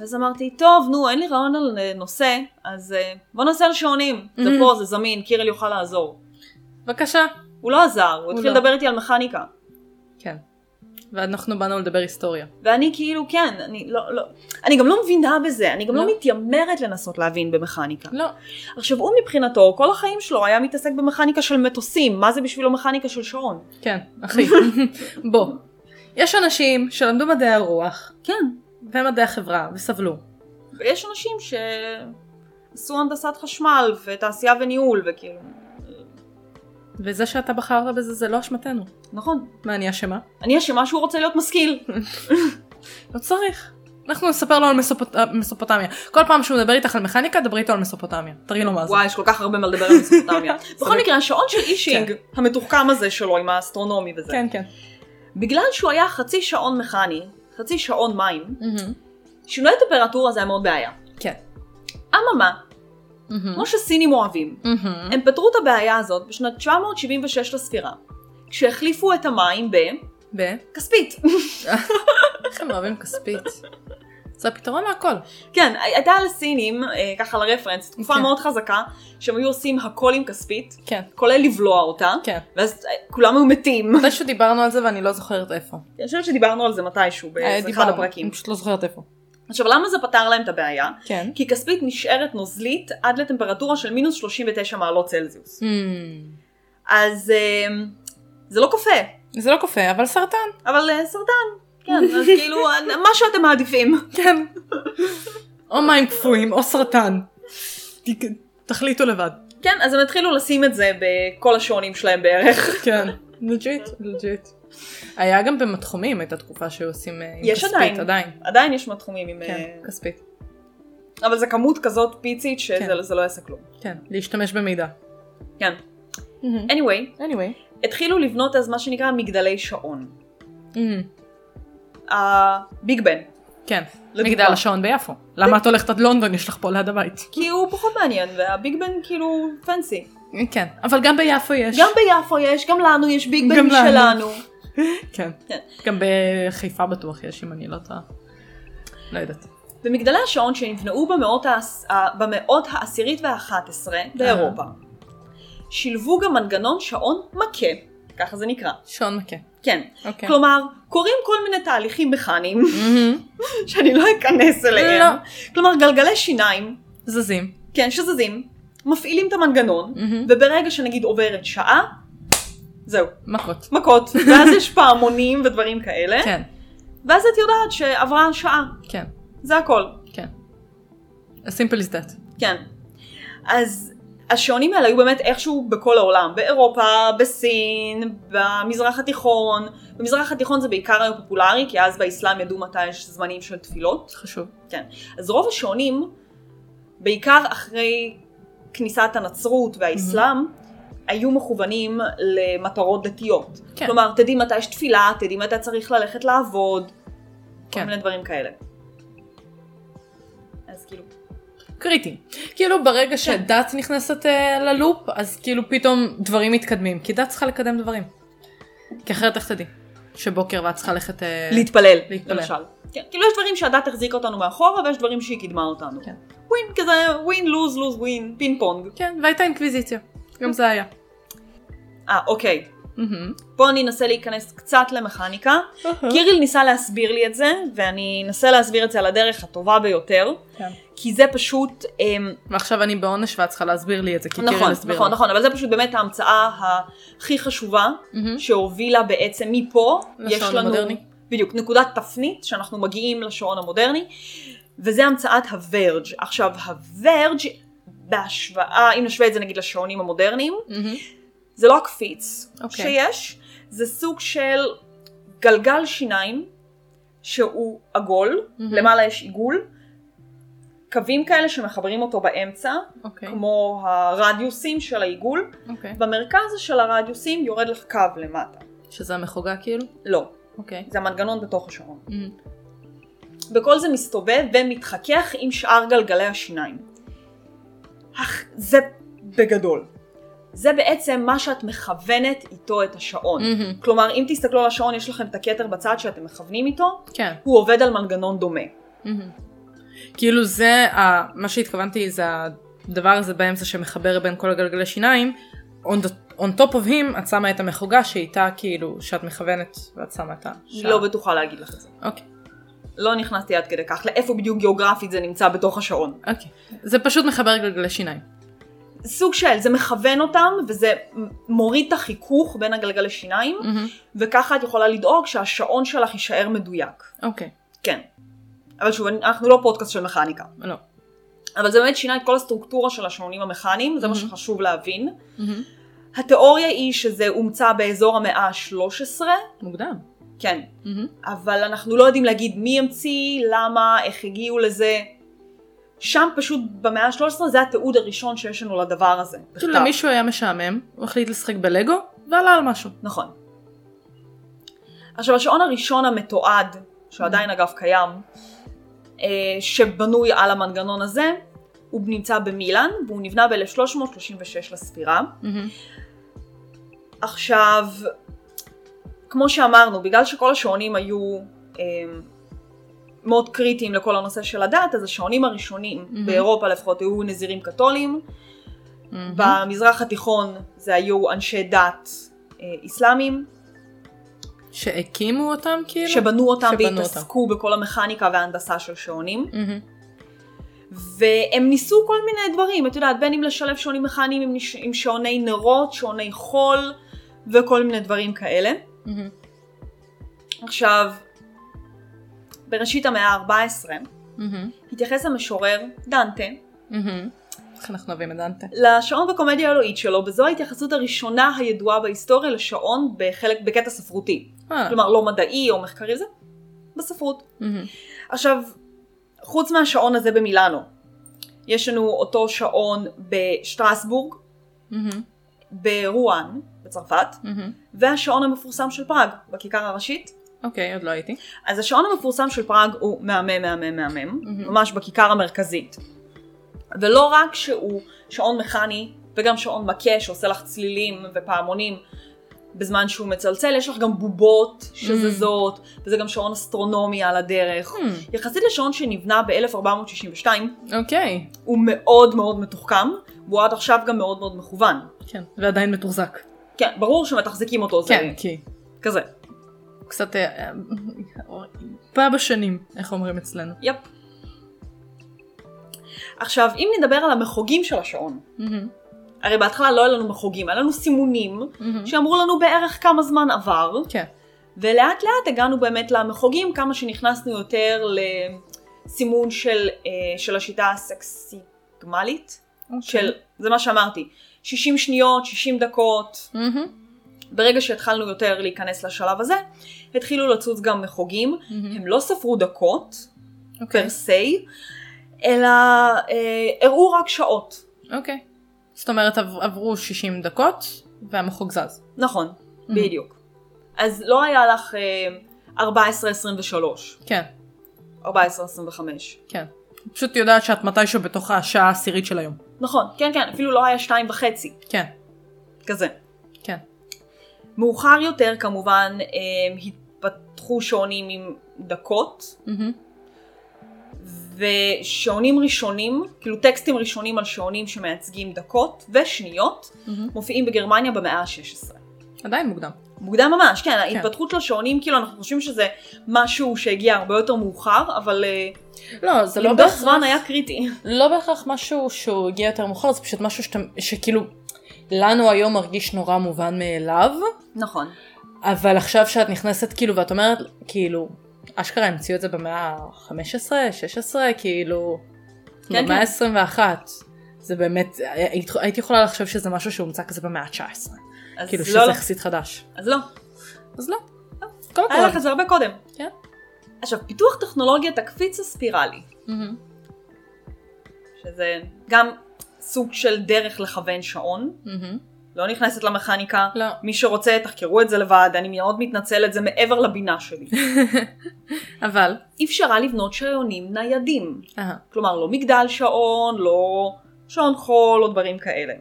אז אמרתי, טוב, נו, אין לי רעיון על אה, נושא, אז אה, בוא נעשה על שעונים. זה Mhm. פה, זה זמין, קיריל יוכל לעזור. בבקשה. הוא לא עזר, הוא התחיל לא. לדבר איתי על מכניקה. כן. ואנחנו באנו לדבר היסטוריה. ואני כאילו, כן, אני לא, לא, אני גם לא מבינה בזה, אני גם לא לא. מתיימרת לנסות להבין במכניקה. לא. עכשיו, הוא מבחינתו, כל החיים שלו היה מתעסק במכניקה של מטוסים, מה זה בשבילו מכניקה של שעון? כן, אחי. בוא. יש אנשים שלמדו מדעי הרוח כן. ומדעי החברה וסבלו. ויש אנשים שעשו הנדסת חשמל ותעשייה וניהול וכאילו, וזה שאתה בחרת בזה זה לא אשמתנו. נכון. מה, אני אשמה? אני אשמה שהוא רוצה להיות משכיל. לא צריך. אנחנו נספר לו על מסופוט... אה, מסופוטמיה. כל פעם שהוא מדבר איתך על מכניקה, דברי איתו על מסופוטמיה. תראי לו מה זה. לא- וואי, יש כל כך הרבה מה לדבר על מספטמיה. בכל צודק. מקרה, השעון של אישינג, המתוחכם הזה שלו עם האסטרונומי וזה, כן, כן. בגלל שהוא היה חצי שעון מכני, חצי שעון מים, מהמם. שינוי טמפרטורה זה היה מאוד בעיה. כן. אממה, מהמם. כמו שסינים אוהבים, מהמם. הם פתרו את הבעיה הזאת בשנת 776 לספירה, כשהחליפו את המים ב... בכספית. איך הם אוהבים כספית. זה הפתרון להכל. כן, הייתה לסינים, אה, ככה לרפרנס, תקופה כן. מאוד חזקה, שהם היו עושים הכל עם כספית, כן. כולל לבלוע אותה, כן. ואז אה, כולם היו מתים. מתישהו דיברנו על זה ואני לא זוכרת איפה. אני חושבת שדיברנו על זה מתישהו, באיזה אחד אה, דיברנו, הפרקים. אני פשוט לא זוכרת איפה. עכשיו, למה זה פתר להם את הבעיה? כן. כי כספית נשארת נוזלית עד לטמפרטורה של מינוס 39 מעלות צלזיוס. אמ. אז אה, זה לא קופא, זה לא קופא, אבל סרטן. אבל אה, סרטן. כן, אז כאילו, מה שאתם מעדיפים. כן. או מים קפואים או סרטן. ת- תחליטו לבד. כן, אז הם התחילו לשים את זה בכל השעונים שלהם בערך. כן. לג'יט, לג'יט. היה גם במתחומים, הייתה תקופה שהיו עושים אה, עם יש כספית. עדיין. עדיין. עדיין יש מתחומים עם... כן, אה, כספית. אבל זה כמות כזאת פיצית שזה כן. זה לא יעשה כלום. כן, להשתמש במידע. כן. anyway, anyway. התחילו לבנות אז מה שנקרא מגדלי שעון. אמ. הביג בן. כן. לדוגמה. מגדל השעון ביפו. למה את הולכת עד לונדון? יש לך פה ליד הבית. כי הוא פחות מעניין, והביג בן כאילו פנסי. כן, אבל גם ביפו יש. גם ביפו יש, גם לנו יש ביג גם בן לנו. שלנו. כן. כן. גם בחיפה בטוח יש, אם אני לא טועה. לא יודעת. במגדלי השעון שנבנאו במאות, העש... ה- במאות העשירית והאחת עשרה באירופה, שילבו גם מנגנון שעון מכה, ככה זה נקרא. שעון מכה. כן. אוקיי. כלומר, קורים כל מיני תהליכים מכניים, מהמם. שאני לא אכנס אליהם. לא. כלומר, גלגלי שיניים, זזים. כן, שזזים, מפעילים את המנגנון, מהמם. וברגע שנגיד עוברת שעה, זהו, מכות. מכות. ואז יש פעמונים ודברים כאלה, כן, ואז את יודעת שעברה שעה, כן, זה הכל. כן. As simple as that. כן. אז השעונים האלה היו באמת איכשהו בכל העולם, באירופה, בסין, במזרח התיכון. במזרח התיכון זה בעיקר היה פופולרי, כי אז באסלאם ידעו מתי יש זמנים של תפילות. כן. חשוב. אז רוב השעונים, בעיקר אחרי כניסת הנצרות והאסלאם, היו מכוונים למטרות דתיות. Mm-hmm. כן. כלומר, תדעי מתי יש תפילה, תדעי מתי צריך ללכת לעבוד, כל כן. מיני דברים כאלה. אז כאילו, קריטי. כאילו כן. ברגע שדת נכנסת אה, ללופ, אז כאילו פתאום דברים מתקדמים. כי דת צריכה לקדם דברים. כי אחרת איך תדעי? שבוקר ואת צריכה ללכת... אה, כן. להתפלל, להתפלל. למשל. כן, כאילו יש דברים שהדת החזיקה אותנו מאחורה ויש דברים שהיא קידמה אותנו. כן. ווין כזה, ווין, לוז, לוז, ווין, פינג פונג. כן, והייתה אינקוויזיציה. גם זה היה. אה, אוקיי. מהמם. פה אני אנסה להיכנס קצת למכניקה. אה? קיריל ניסה להסביר לי את זה, ואני אנסה להסביר את זה על הדרך הטובה ביותר, כן. כי זה פשוט, אמ, ועכשיו אני בעונש ואת צריכה להסביר לי את זה, כי נכון, קיריל הסביר נכון, לי. נכון, אבל זה פשוט באמת ההמצאה הכי חשובה, מהמם. Mm-hmm. שהובילה בעצם מפה, לשעון יש לנו, המודרני. בדיוק, נקודת תפנית שאנחנו מגיעים לשעון המודרני, וזה המצאת הוורג'. עכשיו, הוורג' בהשוואה, אם נשווה את זה נגיד לשעונים המודרניים, מהמם. זה לא הקפיץ okay. אוקיי. שיש, זה סוג של גלגל שיניים שהוא עגול, mm-hmm. מהמם. למעלה יש עיגול, קווים כאלה שמחברים אותו באמצע, okay. אוקיי, כמו הרדיוסים של העיגול, אוקיי. במרכז של הרדיוסים יורד לך קו למטה. שזה המחוגה כאילו? לא, אוקיי. זה המנגנון בתוך השעון. מהמם. וכל זה מסתובב ומתחכך עם שאר גלגלי השיניים. הח- זה בגדול. זה בעצם מה שאת מכוונת איתו את השעון. מהמם. כלומר, אם תסתכלו על השעון, יש לכם את הכתר בצד שאתם מכוונים איתו, כן. הוא עובד על מנגנון דומה. מהמם. כאילו זה, ה- מה שהתכוונתי זה הדבר הזה באמצע שמחבר בין כל הגלגלי שיניים. On, the, on top of him את שמה את המחוגה שאיתה כאילו שאת מכוונת ואת שמה את היא השעה. לא בטוחה להגיד לך את זה. אוקיי, לא נכנסתי עד כדי כך לאיפה בדיוק גיאוגרפית זה נמצא בתוך השעון. אוקיי. זה פשוט מחבר גלגלי שיניים. סוג של, זה מכוון אותם וזה מוריד את החיכוך בין הגלגלי שיניים, מהמם. וככה את יכולה לדאוג שהשעון שלך יישאר מדויק. אוקיי, כן. אבל שוב, אנחנו לא פודקאסט של מכניקה. לא. אבל זה באמת שינה את כל הסטרוקטורה של השעונים המכניים, זה מה מהמם. שחשוב להבין. מהמם. Mm-hmm. התיאוריה היא שזה הומצא באזור המאה ה-13, מוקדם. כן, מהמם. אבל אנחנו לא יודעים להגיד מי המציא, למה, איך הגיעו לזה. שם פשוט במאה ה-13 זה התיעוד הראשון שיש לנו לדבר הזה. כאילו בכתב. למישהו היה משעמם, הוא החליט לשחק בלגו ועלה על משהו. נכון. עכשיו השעון הראשון המתועד, שעדיין אגב קיים, אה, שבנוי על המנגנון הזה, הוא נמצא במילאן, והוא נבנה ב-1336 לספירה. מהמם. Mm-hmm. עכשיו, כמו שאמרנו, בגלל שכל השעונים היו אה, מאוד קריטיים לכל הנושא של הדת, אז השעונים הראשונים, מהמם. באירופה לפחות, היו נזירים קתולים, מהמם. במזרח התיכון זה היו אנשי דת אה, אסלאמים, שהקימו אותם כאילו? שבנו אותם שבנו והתעסקו בכל המכניקה וההנדסה של שעונים. מהמם. והם ניסו כל מיני דברים, את יודעת, בין אם לשלב שעונים מכניים עם, נש- עם שעוני נרות, שעוני חול וכל מיני דברים כאלה. מהמם. עכשיו, בראשית המאה ה-14 מהמם. התייחס המשורר דנטה מהמם. Mm-hmm. איך אנחנו אוהבים את דנטה. לשעון בקומדיה האלוהית שלו, וזו ההתייחסות הראשונה הידועה בהיסטוריה לשעון בחלק, בקטע ספרותי. אה. כלומר, לא מדעי או מחקרי זה, בספרות. מהמם. עכשיו, חוץ מהשעון הזה במילאנו, יש לנו אותו שעון בשטרסבורג, מהמם. ברואן, בצרפת, מהמם. והשעון המפורסם של פראג, בכיכר הראשית. אוקיי, עוד לא הייתי. אז השעון המפורסם של פראג הוא מהמם מהמם מהמם, מהמם. ממש בכיכר המרכזית. ולא רק שהוא שעון מכני וגם שעון מכה שעושה לך צלילים ופעמונים בזמן שהוא מצלצל, יש לך גם בובות שזזות, וזה גם שעון אסטרונומי על הדרך. יחסית לשעון שנבנה ב-1462, אוקיי. הוא מאוד מאוד מתוחכם, והוא עד עכשיו גם מאוד מאוד מכוון. כן. ועדיין מתוחזק. כן, ברור שמתחזקים אותו, זה כן, כי כזה. קצת... אה, פעם בשנים, איך אומרים אצלנו. יפ. עכשיו, אם נדבר על המחוגים של השעון, מהמם, הרי בהתחלה לא היה לנו מחוגים, היה לנו סימונים, מהמם. שאמרו לנו בערך כמה זמן עבר, כן. ולאט לאט הגענו באמת למחוגים, כמה שנכנסנו יותר לסימון של, אה, של השיטה הסקסיגמלית, אוקיי. של, זה מה שאמרתי, 60 שניות, 60 דקות, מהמם, ברגע שהתחלנו יותר להיכנס לשלב הזה, התחילו לצוץ גם מחוגים, מהמם. הם לא ספרו דקות, אוקיי. פר סי, אלא אה, הראו רק שעות. אוקיי. זאת אומרת עב- עברו 60 דקות והמחוג זז. נכון, בדיוק. אז לא היה לך אה, 14.23, כן, 14.25. כן. פשוט יודעת שאת מתישהו בתוך השעה העשירית של היום. נכון, כן כן, אפילו לא היה שתיים וחצי, כן, כזה. כן. מאוחר יותר כמובן אה, התפתחו שעונים עם דקות, מהמם, ושעונים ראשונים, כאילו טקסטים ראשונים על שעונים שמייצגים דקות ושניות, מהמם. מופיעים בגרמניה במאה ה-16. עדיין מוקדם. מוקדם ממש, כן, ההתפתחות של השעונים, כאילו אנחנו חושבים שזה משהו שהגיע הרבה יותר מאוחר, אבל אה, לא, זה לא למדוד בהכרח... זמן היה קריטי. לא בהכרח משהו שהוא הגיע יותר מאוחר, זה פשוט משהו שאתה, שכאילו לנו היום מרגיש נורא מובן מאליו, נכון. אבל עכשיו שאת נכנסת כאילו ואת אומרת כאילו, אשכרה המציאו את זה במאה ה-15, 16, כאילו, כן, במאה כן. ה-21. זה באמת, היית- הייתי יכולה לחשוב שזה משהו שהומצא כזה במאה ה-19, אז כאילו לא, שזה לא. יחסית חדש. אז לא. אז לא. כל היה לך הכבוד. את זה הרבה קודם. כן. עכשיו, פיתוח טכנולוגיית הקפיץ הספירלי, מהמם. שזה גם סוג של דרך לכוון שעון, מהמם. לא נכנסת למכניקה. לא. מי שרוצה, תחקרו את זה לבד, אני מאוד מתנצלת, זה מעבר לבינה שלי. אבל, אה, אפשרה לבנות שעונים ניידים. אהה. כלומר, לא מגדל שעון, לא שעון חול, או דברים כאלה.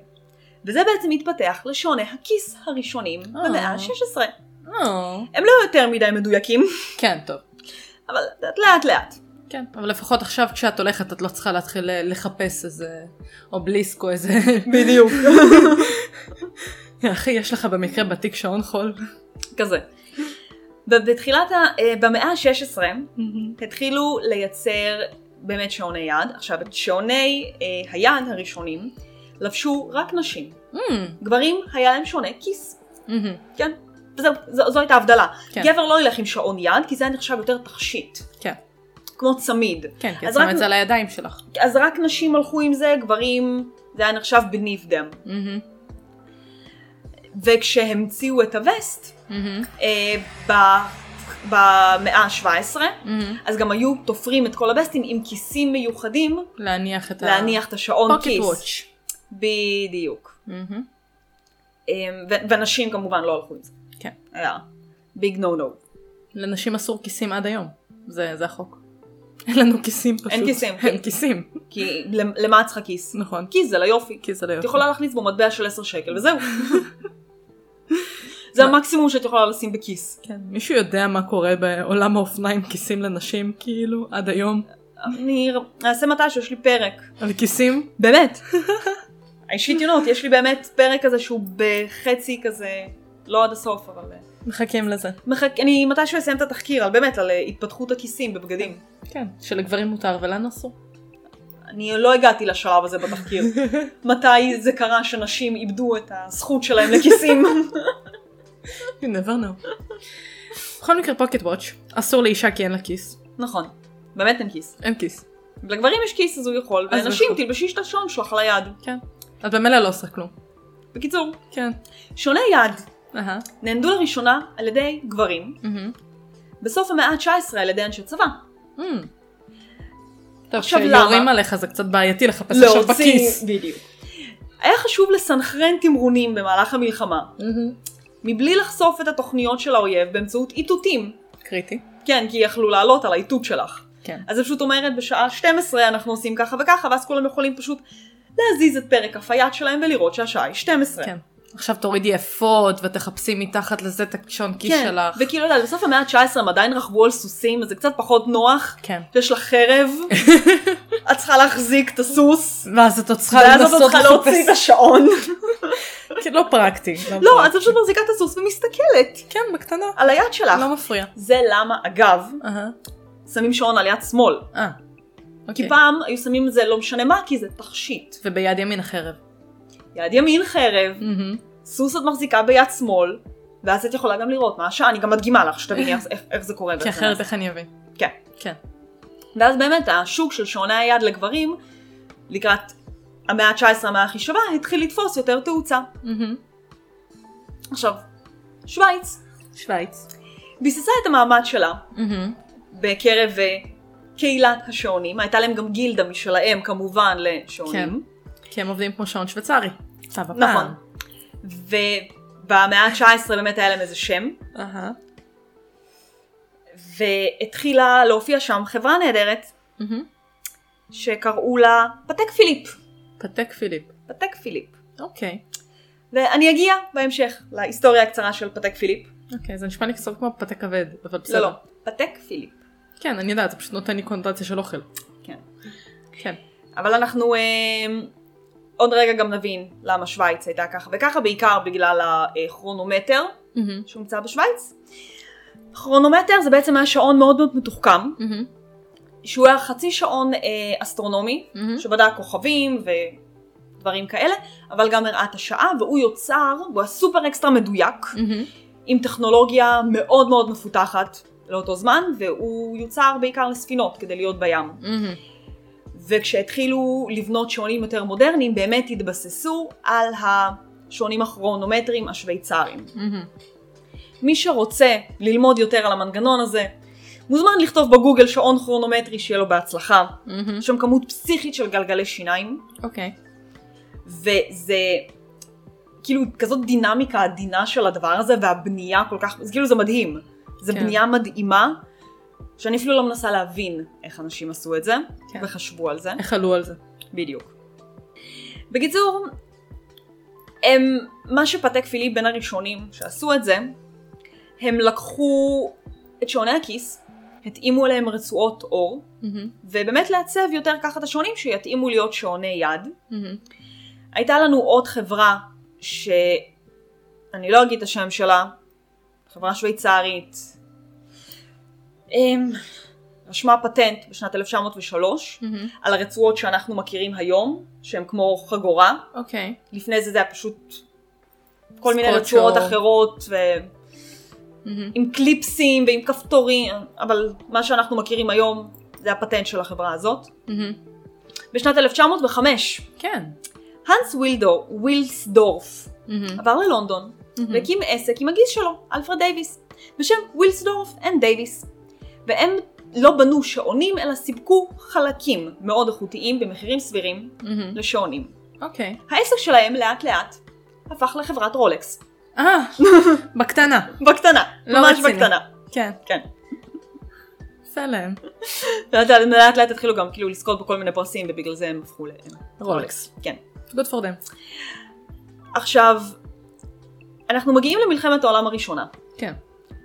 וזה בעצם התפתח לשעוני הכיס הראשונים במאה ה-16. אה. הם לא יותר מדי מדויקים, כן, טוב. אבל לאט לאט. כן, אבל לפחות עכשיו כשאת הולכת את לא צריכה להתחיל ל- לחפש איזה אובליסק או איזה... בדיוק. אחי, יש לך במקרה בתיק שעון חול. כזה. ובתחילת ה... אה, במאה ה-16 התחילו לייצר באמת שעוני יד. עכשיו, את שעוני אה, היד הראשונים לבשו רק נשים. Mm, גברים היה להם שעוני כיס, mhm, כן? וזהו, זו, זו הייתה הבדלה. כן. גבר לא ילך עם שעון יד, כי זה היה נחשב יותר תכשיט. כן. כמו צמיד. כן, כי את אז רק- שמה את זה על הידיים שלך. אז רק נשים הלכו עם זה, גברים זה היה נחשב בנבדם. Mhm, וכשהמציאו את הווסט, mhm, אה, ב- במאה ה-17, mhm. אז גם היו תופרים את כל הבסטים עם כיסים מיוחדים להניח את ה... להניח את השעון פוקט כיס. וואץ'. בדיוק. Mhm, אמ, ו- ונשים כמובן לא הלכו עם זה. כן. היה ביג נו נו. לנשים אסור כיסים עד היום. זה זה החוק. אין לנו כיסים פשוט. אין כיסים, כן. אין כיסים. כי למ- למה את צריכה כיס? נכון. כיס זה ליופי. כיס על היופי. את יכולה להכניס בו מטבע של 10 שקל וזהו. זה המקסימום שאת יכולה לשים בכיס. כן. מישהו יודע מה קורה בעולם האופניים כיסים לנשים כאילו עד היום? אני אעשה מתישהו, יש לי פרק. על כיסים? באמת. האישית יונות, יש לי באמת פרק כזה שהוא בחצי כזה, לא עד הסוף, אבל... אה, מחכים לזה. מחכה, אני מתישהו אסיים את התחקיר על באמת, על אה, התפתחות הכיסים בבגדים. כן, שלגברים מותר ולנו אסור. אני לא הגעתי לשלב הזה בתחקיר. מתי זה קרה שנשים איבדו את הזכות שלהם לכיסים? You never know. בכל מקרה פוקט וואץ', אסור לאישה כי אין לה כיס. נכון, באמת אין כיס. אין כיס. לגברים יש כיס אז הוא יכול, אז ולנשים נכון. תלבשי את השעון שלך על היד. כן. את במילא לא עושה כלום. בקיצור, כן. שעוני יד אהה. נעמדו לראשונה על ידי גברים, מהמם. בסוף המאה ה-19 על ידי אנשי צבא. אמ. טוב, עכשיו כשיורים למה? עליך זה קצת בעייתי לחפש עכשיו בכיס. בדיוק. היה חשוב לסנכרן תמרונים במהלך המלחמה, מהמם. מבלי לחשוף את התוכניות של האויב באמצעות איתותים. קריטי. כן, כי יכלו לעלות על האיתות שלך. כן. אז היא פשוט אומרת בשעה 12 אנחנו עושים ככה וככה, ואז כולם יכולים פשוט להזיז את פרק הפיית שלהם ולראות שהשעה היא 12. כן. עכשיו תורידי אפוד ותחפשי מתחת לזה את השעון כיס כן. שלך. וכאילו, יודעת, בסוף המאה ה-19 הם עדיין רכבו על סוסים, אז זה קצת פחות נוח. כן. יש לך חרב, את צריכה להחזיק את הסוס, ואז את עוד צריכה ואז את לנסות צריכה להוציא את השעון. כן, לא פרקטי. לא, את פשוט מחזיקה את הסוס ומסתכלת כן, בקטנה. על היד שלך. לא מפריע. זה למה, אגב, אהה. שמים שעון על יד שמאל. אה. אוקיי. כי פעם היו שמים את זה לא משנה מה, כי זה תכשיט. וביד ימין החרב. יד ימין חרב, מהמם. סוס את מחזיקה ביד שמאל, ואז את יכולה גם לראות מה השעה, אני גם מדגימה לך שתביני איך- איך- איך זה קורה כי בעצם. אחרת איך אני אבין. כן. כן. ואז באמת השוק של שעוני היד לגברים, לקראת המאה ה-19 המאה הכי שווה, התחיל לתפוס יותר תאוצה. מהמם. עכשיו, שווייץ שווייץ. ביססה את המעמד שלה מהמם. בקרב אה, קהילת השעונים, הייתה להם גם גילדה משלהם כמובן לשעונים. כי הם עובדים כמו שעון שוויצרי. סבבה. נכון. ובמאה ה-19 באמת היה להם איזה שם, אהה. והתחילה להופיע שם חברה נהדרת מהמם. שקראו לה פתק פיליפ. פתק פיליפ. פתק פיליפ. אוקיי. ואני אגיע בהמשך להיסטוריה הקצרה של פתק פיליפ. אוקיי, זה נשמע לי קצת כמו פתק כבד, אבל בסדר. לא, לא, פתק פיליפ. כן, אני יודעת, זה פשוט נותן לי קונוטציה של אוכל. כן. כן. אבל אנחנו אה, עוד רגע גם נבין למה שווייץ הייתה ככה וככה, בעיקר בגלל אה, הכרונומטר מהמם. שהומצא בשווייץ. כרונומטר זה בעצם היה שעון מאוד מאוד מתוחכם, מהמם. שהוא היה חצי שעון אה, אסטרונומי, מהמם. שבדק כוכבים ודברים כאלה, אבל גם הראה את השעה, והוא יוצר, הוא היה סופר אקסטרה מדויק, מהמם. עם טכנולוגיה מאוד מאוד מפותחת לאותו זמן, והוא יוצר בעיקר לספינות כדי להיות בים. מהמם. וכשהתחילו לבנות שעונים יותר מודרניים, באמת התבססו על השעונים הכרונומטרים השוויצריים. מהמם. מי שרוצה ללמוד יותר על המנגנון הזה, מוזמן לכתוב בגוגל שעון כרונומטרי שיהיה לו בהצלחה. מהמם. יש שם כמות פסיכית של גלגלי שיניים, אוקיי. וזה כאילו כזאת דינמיקה עדינה של הדבר הזה, והבנייה כל כך, זה כאילו זה מדהים. זה כן. כן. בנייה מדהימה, שאני אפילו לא מנסה להבין איך אנשים עשו את זה, כן. כן. וחשבו על זה. איך עלו על זה? בדיוק. בקיצור, הם, מה שפתק פיליפ בין הראשונים שעשו את זה, הם לקחו את שעוני הכיס, התאימו אליהם רצועות אור, מהמם. ובאמת לעצב יותר ככה את השעונים שיתאימו להיות שעוני יד. מהמם. הייתה לנו עוד חברה ש... אני לא אגיד את השם שלה, חברה שוויצרית, אמ, רשמה פטנט בשנת 1903 מהמם. על הרצועות שאנחנו מכירים היום, שהן כמו חגורה, אוקיי. לפני זה זה היה פשוט כל מיני סקוט רצועות שואו. אחרות, ו... מהמם. עם קליפסים ועם כפתורים, אבל מה שאנחנו מכירים היום זה הפטנט של החברה הזאת. מהמם. בשנת 1905, כן. הנס וילדו, ווילסדורף, מהמם. עבר ללונדון, מהמם. והקים עסק עם הגיס שלו, אלפרד דייוויס, בשם ווילסדורף אנד דייוויס. והם לא בנו שעונים, אלא סיפקו חלקים מאוד איכותיים במחירים סבירים מהמם. לשעונים. אוקיי. העסק שלהם לאט לאט הפך לחברת רולקס. אה, בקטנה. בקטנה, לא ממש רציני. בקטנה. כן. כן. יפה להם. לאט לאט- לאט לאט התחילו גם כאילו לזכות בכל מיני פרסים ובגלל זה הם הפכו ל... רולקס. כן. Good for them. עכשיו, אנחנו מגיעים למלחמת העולם הראשונה. כן.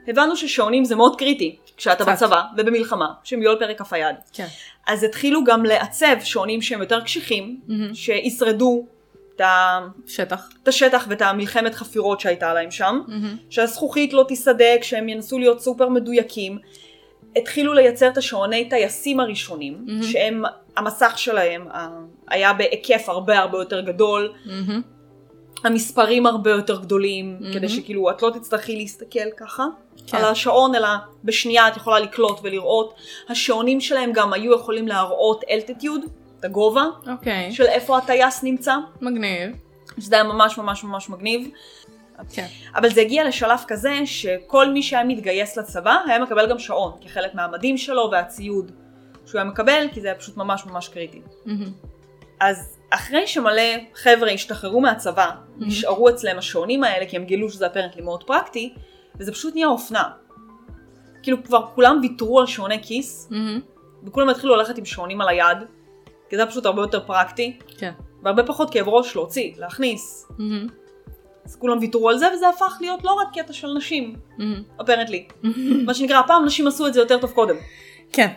הבנו ששעונים זה מאוד קריטי כשאתה קצת. בצבא ובמלחמה, שהם יהיו על פרק כף היד. כן. אז התחילו גם לעצב שעונים שהם יותר קשיחים, מהמם. שישרדו את ה- שטח. את השטח ואת המלחמת חפירות שהייתה להם שם. מהמם. שהזכוכית לא תיסדק, שהם ינסו להיות סופר מדויקים. התחילו לייצר את השעוני טייסים הראשונים, מהמם. mm-hmm. שהם, המסך שלהם אה, היה בהיקף הרבה הרבה יותר גדול, מהמם. המספרים הרבה יותר גדולים, מהמם. mm-hmm. כדי שכאילו את לא תצטרכי להסתכל ככה כן. כן. על השעון, אלא בשנייה את יכולה לקלוט ולראות. השעונים שלהם גם היו יכולים להראות אלטיטיוד, את הגובה אוקיי. של איפה הטייס נמצא, מגניב. שזה היה ממש ממש ממש מגניב. כן. אבל זה הגיע לשלב כזה שכל מי שהיה מתגייס לצבא היה מקבל גם שעון כחלק מהמדים שלו והציוד שהוא היה מקבל כי זה היה פשוט ממש ממש קריטי. מהמם. אז אחרי שמלא חבר'ה השתחררו מהצבא, נשארו אצלם השעונים האלה כי הם גילו שזה הפרנטלי מאוד פרקטי וזה פשוט נהיה אופנה. כאילו כבר כולם ויתרו על שעוני כיס מהמם. וכולם התחילו ללכת עם שעונים על היד כי זה היה פשוט הרבה יותר פרקטי כן. והרבה פחות כאב ראש להוציא, להכניס. אז כולם ויתרו על זה, וזה הפך להיות לא רק קטע של נשים, אפרנטלי. מה שנקרא, הפעם נשים עשו את זה יותר טוב קודם. כן.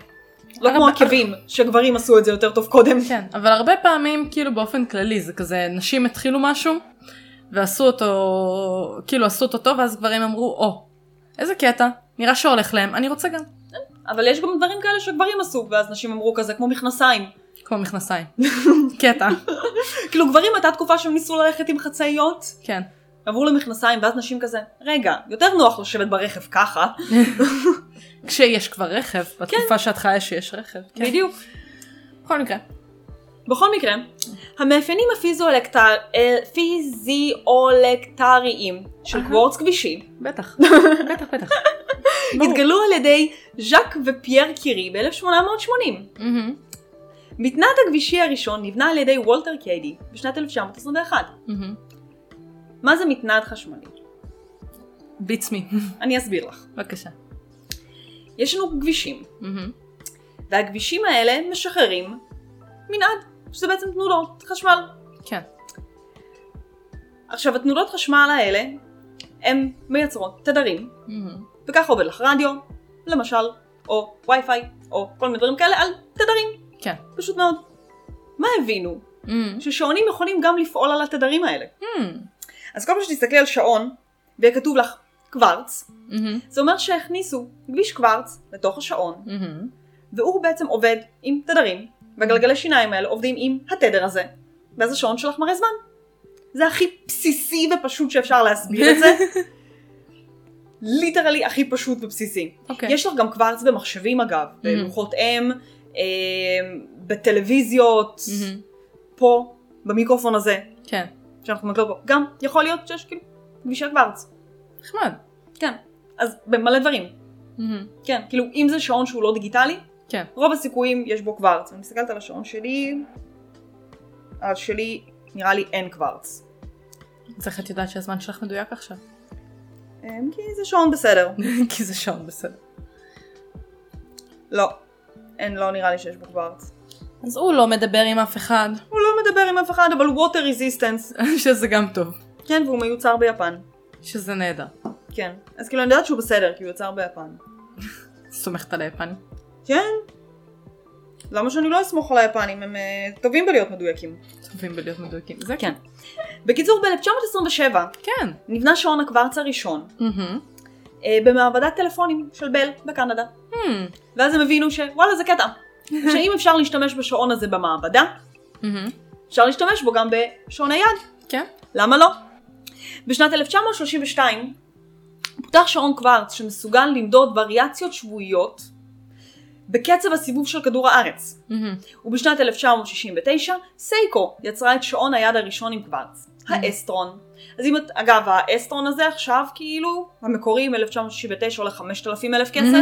לא כמו הרבה- עקבים, שגברים עשו את זה יותר טוב קודם. כן, אבל הרבה פעמים כאילו באופן כללי זה כזה נשים התחילו משהו ועשו אותו כאילו עשו אותו טוב ואז גברים אמרו או איזה קטע נראה שהולך להם אני רוצה גם אבל יש גם דברים כאלה שגברים עשו, ואז נשים אמרו כזה, כמו מכנסיים. כמו מכנסיים קטע כאילו גברים הייתה תקופה שהם ניסו ללכת עם חצאיות, כן עברו למכנסיים, ואז נשים כזה, רגע, יותר נוח לשבת ברכב ככה. כשיש כבר רכב בתקופה שאת חיה שיש רכב כן. בדיוק. בכל מקרה בכל מקרה, המאפיינים הפיזיאולקטריים של אהה. קוורץ כבישי בטח בטח בטח ברור. התגלו על ידי ז'אק ופייר קירי ב-1880. מהמם, מתנת הכבישי הראשון נבנה על ידי וולטר קיידי בשנת 1921. מהמם. מה זה מתנת חשמלי? ביץ מי אני אסביר לך. בבקשה יש לנו כבישים, מהמם, והכבישים האלה משחררים מנעד, שזה בעצם תנודות חשמל. כן עכשיו, התנודות חשמל האלה, הן מייצרות תדרים, מהמם, וככה עובד לך רדיו, למשל, או וי-פיי, או כל מיני דברים כאלה, על תדרים, כן פשוט מאוד. מה הבינו? מהמם, ששעונים יכולים גם לפעול על התדרים האלה. מהמם, אז כל פעם שתסתכלי על שעון, ויהיה כתוב לך קוורץ, מהמם, זה אומר שהכניסו גביש קוורץ לתוך השעון, מהמם. והוא בעצם עובד עם תדרים, והגלגלי שיניים האלה עובדים עם התדר הזה, ואז השעון שלך מראה זמן. זה הכי בסיסי ופשוט שאפשר להסביר את זה. ליטרלי הכי פשוט ובסיסי. אוקיי יש לך גם קוורץ במחשבים אגב, בלוחות אם, אה, בטלוויזיות, מהמם, פה, במיקרופון הזה, כן שאנחנו מקלות בו, גם יכול להיות שיש כאילו גבישי קוורץ. נחמד כן. אז במלא דברים. מהמם, כן, כאילו אם זה שעון שהוא לא דיגיטלי, כן. רוב הסיכויים יש בו קוורץ. אני מסתכלת על השעון שלי, על שלי נראה לי אין קוורץ. אז איך את יודעת שהזמן שלך מדויק עכשיו? אמ, כי זה שעון בסדר. כי זה שעון בסדר. לא, אין, לא נראה לי שיש בו קוורץ. אז הוא לא מדבר עם אף אחד, הוא לא מדבר עם אף אחד, אבל הוא water resistance. שזה גם טוב, כן, והוא מיוצר ביפן. שזה נהדר. כן. אז כאילו אני יודעת שהוא בסדר, כי הוא יוצר ביפן. סומכת על היפנים. כן? למה שאני לא אסמוך על היפנים? הם אה, טובים בלהיות מדויקים. טובים בלהיות מדויקים. זה כן. בקיצור, ב-1927 כן. נבנה שעון הקוורץ הראשון מהמם. אה, במעבדת טלפונים של בל בקנדה. מהמם. ואז הם הבינו שוואלה זה קטע. שאם אפשר להשתמש בשעון הזה במעבדה, מהמם. אפשר להשתמש בו גם בשעוני יד. כן. למה לא? בשנת 1932 פותח שעון קוורץ שמסוגל למדוד וריאציות שבועיות בקצב הסיבוב של כדור הארץ. מהמם. ובשנת 1969 סייקו יצרה את שעון היד הראשון עם קוורץ, האסטרון. אז אם את, אגב, האסטרון הזה עכשיו כאילו, המקורי מ-1969 עולה 5,000 אלף כסף,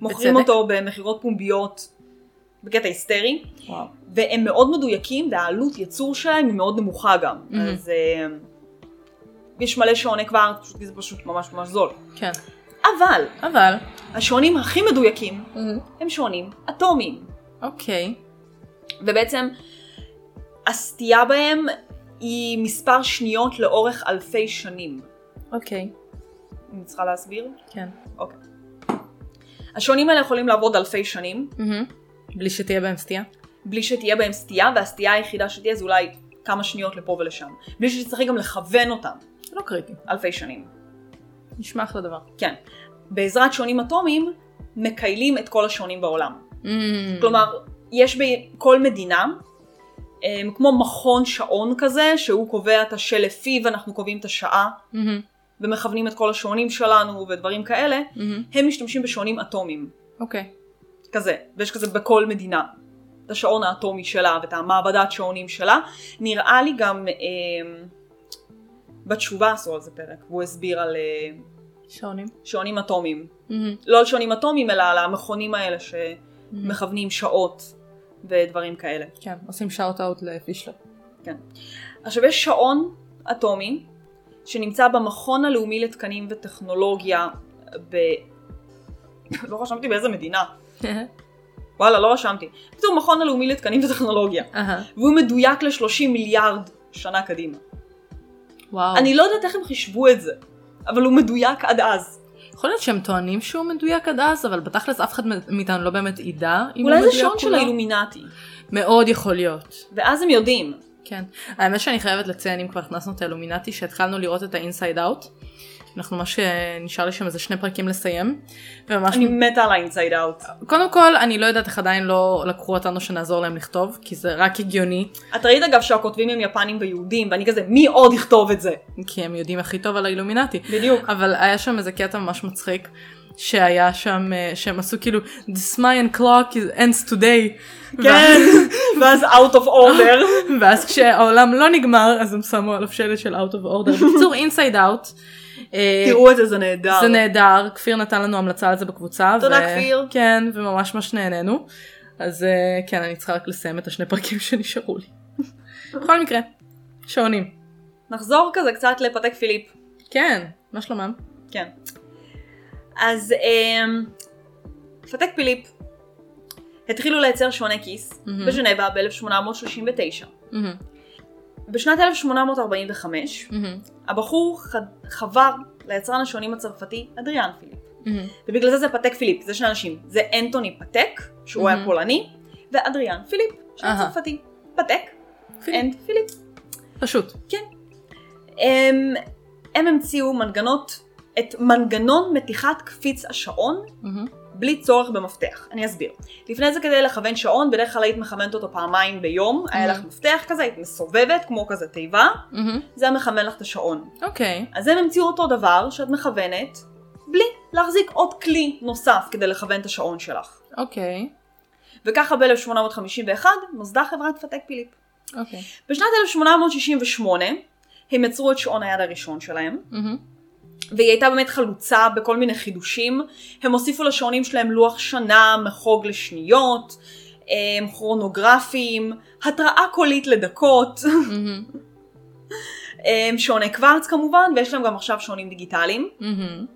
מוכרים בצדק. אותו במכירות פומביות בקטע היסטרי, וואו. והם מאוד מדויקים והעלות ייצור שלהם היא מאוד נמוכה גם. מהמם. אז אה, יש מלא שעוני קוורץ, פשוט- זה פשוט ממש ממש זול. כן. אבל אבל. השעונים הכי מדויקים הם שעונים אטומיים. אוקיי. ובעצם הסטייה בהם היא מספר שניות לאורך אלפי שנים. אוקיי. אני צריכה להסביר? כן. השעונים האלה יכולים לעבוד אלפי שנים, מהמם. בלי שתהיה בהם סטייה? בלי שתהיה בהם סטייה, והסטייה היחידה שתהיה זה אולי כמה שניות לפה ולשם. בלי שתצטרכי גם לכוון אותם זה לא קריטי. אלפי שנים. נשמע אחלה דבר. כן. בעזרת שעונים אטומיים, מקיילים את כל השעונים בעולם. Mm. מהמם. כלומר, יש בכל מדינה, אמ, כמו מכון שעון כזה, שהוא קובע את השלפיו, אנחנו קובעים את השעה. מהמם. ומכוונים את כל השעונים שלנו ודברים כאלה, מהמם. הם משתמשים בשעונים אטומיים, אוקיי. כזה, ויש כזה בכל מדינה. את השעון האטומי שלה ואת המעבדת שעונים שלה. נראה לי גם אה, בתשובה עשו על זה פרק, והוא הסביר על אה, שעונים. שעונים אטומיים. מהמם. לא על שעונים אטומיים, אלא על המכונים האלה מהמם. שמכוונים שעות ודברים כאלה. כן. עושים שאוט אאוט לפישלר. עכשיו יש שעון אטומי שנמצא במכון הלאומי לתקנים וטכנולוגיה ב... לא רשמתי באיזה מדינה. וואלה, לא רשמתי. בקיצור, מכון הלאומי לתקנים וטכנולוגיה. אהה. והוא מדויק ל-30 מיליארד שנה קדימה. וואו. אני לא יודעת איך הם חישבו את זה, אבל הוא מדויק עד אז. יכול להיות שהם טוענים שהוא מדויק עד אז, אבל בתכלס אף אחד מאיתנו לא באמת ידע אם הוא אולי זה מדויק שעון של לא. האילומינטי. מאוד יכול להיות. ואז הם יודעים. כן. האמת שאני חייבת לציין, אם כבר הכנסנו את האלומינטי, שהתחלנו לראות את ה-inside out. אנחנו ממש אה, נשאר לי שם איזה שני פרקים לסיים. וממש... אני מתה על ה-inside out. קודם כל, אני לא יודעת איך עדיין לא לקחו אותנו שנעזור להם לכתוב, כי זה רק הגיוני, אתה ראית אגב שהכותבים הם יפנים ויהודים, ואני כזה, מי עוד יכתוב את זה? כי הם יודעים הכי טוב על האילומינטי. בדיוק. אבל היה שם איזה קטע ממש מצחיק, שהיה שם, אה, שהם עשו כאילו, This my and clock is- ends today. כן, ואז out of order. ואז כשהעולם לא נגמר אז הם שמו עליו שלט של out of order. בקיצור אינסייד אאוט. תראו את זה, זה נהדר. זה נהדר כפיר נתן לנו המלצה על זה בקבוצה. תודה, כפיר. כן וממש ממש נהנינו. אז אה, כן אני צריכה רק לסיים את השני פרקים שנשארו לי. בכל מקרה. שעונים. נחזור כזה קצת לפתק פיליפ. כן מה שלומם? כן. אז אמ, פתק פיליפ התחילו לייצר שעוני כיס מהמם. בז'נבה ב-1839. מהמם, בשנת 1845 מהמם, הבחור ח- חבר ליצרן השעונים הצרפתי אדריאן פיליפ. מהמם. ובגלל זה זה פתק פיליפ, זה שני אנשים. זה אנטוני פתק, שהוא היה מהמם. פולני, ואדריאן פיליפ, שהוא אהה. צרפתי. פתק, פיליפ. אנד פיליפ. פשוט. כן. הם, הם המציאו מנגנות, את מנגנון מתיחת קפיץ השעון מהמם, בלי צורך במפתח. אני אסביר. לפני זה כדי לכוון שעון, בדרך כלל היית מכוונת אותו פעמיים ביום, היה לך מפתח כזה, היית מסובבת, כמו כזה תיבה, מהמם. זה היה מכוון לך את השעון. אוקיי. אז הם המציאו אותו דבר שאת מכוונת, בלי להחזיק עוד כלי נוסף כדי לכוון את השעון שלך. אוקיי. וככה ב-1851 נוסדה חברת פתק פיליפ. אוקיי. בשנת 1868 הם יצרו את שעון היד הראשון שלהם, מהמם, והיא הייתה באמת חלוצה בכל מיני חידושים. הם הוסיפו לשעונים שלהם לוח שנה, מחוג לשניות, הם כרונוגרפים, התראה קולית לדקות, מהמם, הם שעוני קוורץ כמובן, ויש להם גם עכשיו שעונים דיגיטליים. מהמם,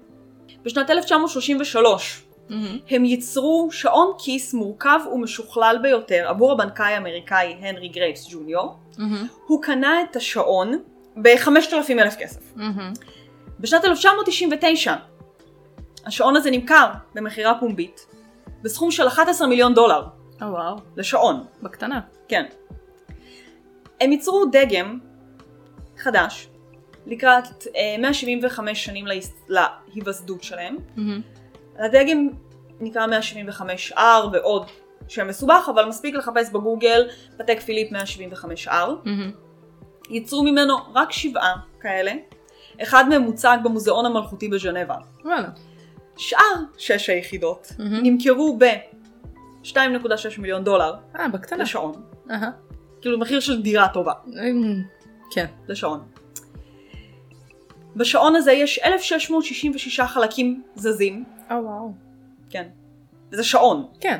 בשנת 1933 מהמם. הם ייצרו שעון כיס מורכב ומשוכלל ביותר עבור הבנקאי האמריקאי הנרי גרייפס ג'וניור. מהמם, הוא קנה את השעון ב-5,000 אלף כסף. מהמם. בשנת 1999 השעון הזה נמכר במכירה פומבית בסכום של 11 מיליון דולר אה, וואו. לשעון, בקטנה. כן. הם ייצרו דגם חדש לקראת אה, 175 שנים להיס- להיווסדות שלהם. מהמם, הדגם נקרא 175R ועוד שם מסובך, אבל מספיק לחפש בגוגל פתק פיליפ 175R. מהמם. ייצרו ממנו רק שבעה כאלה. אחד מהם מוצג במוזיאון המלכותי בז'נבה. וואלה. שאר שש היחידות מהמם. נמכרו ב-2.6 מיליון דולר אה, בקטנה. לשעון. אהה. כאילו מחיר של דירה טובה אמ, כן. לשעון. בשעון הזה יש 1,666 חלקים זזים. אה, וואו. כן. זה שעון. כן.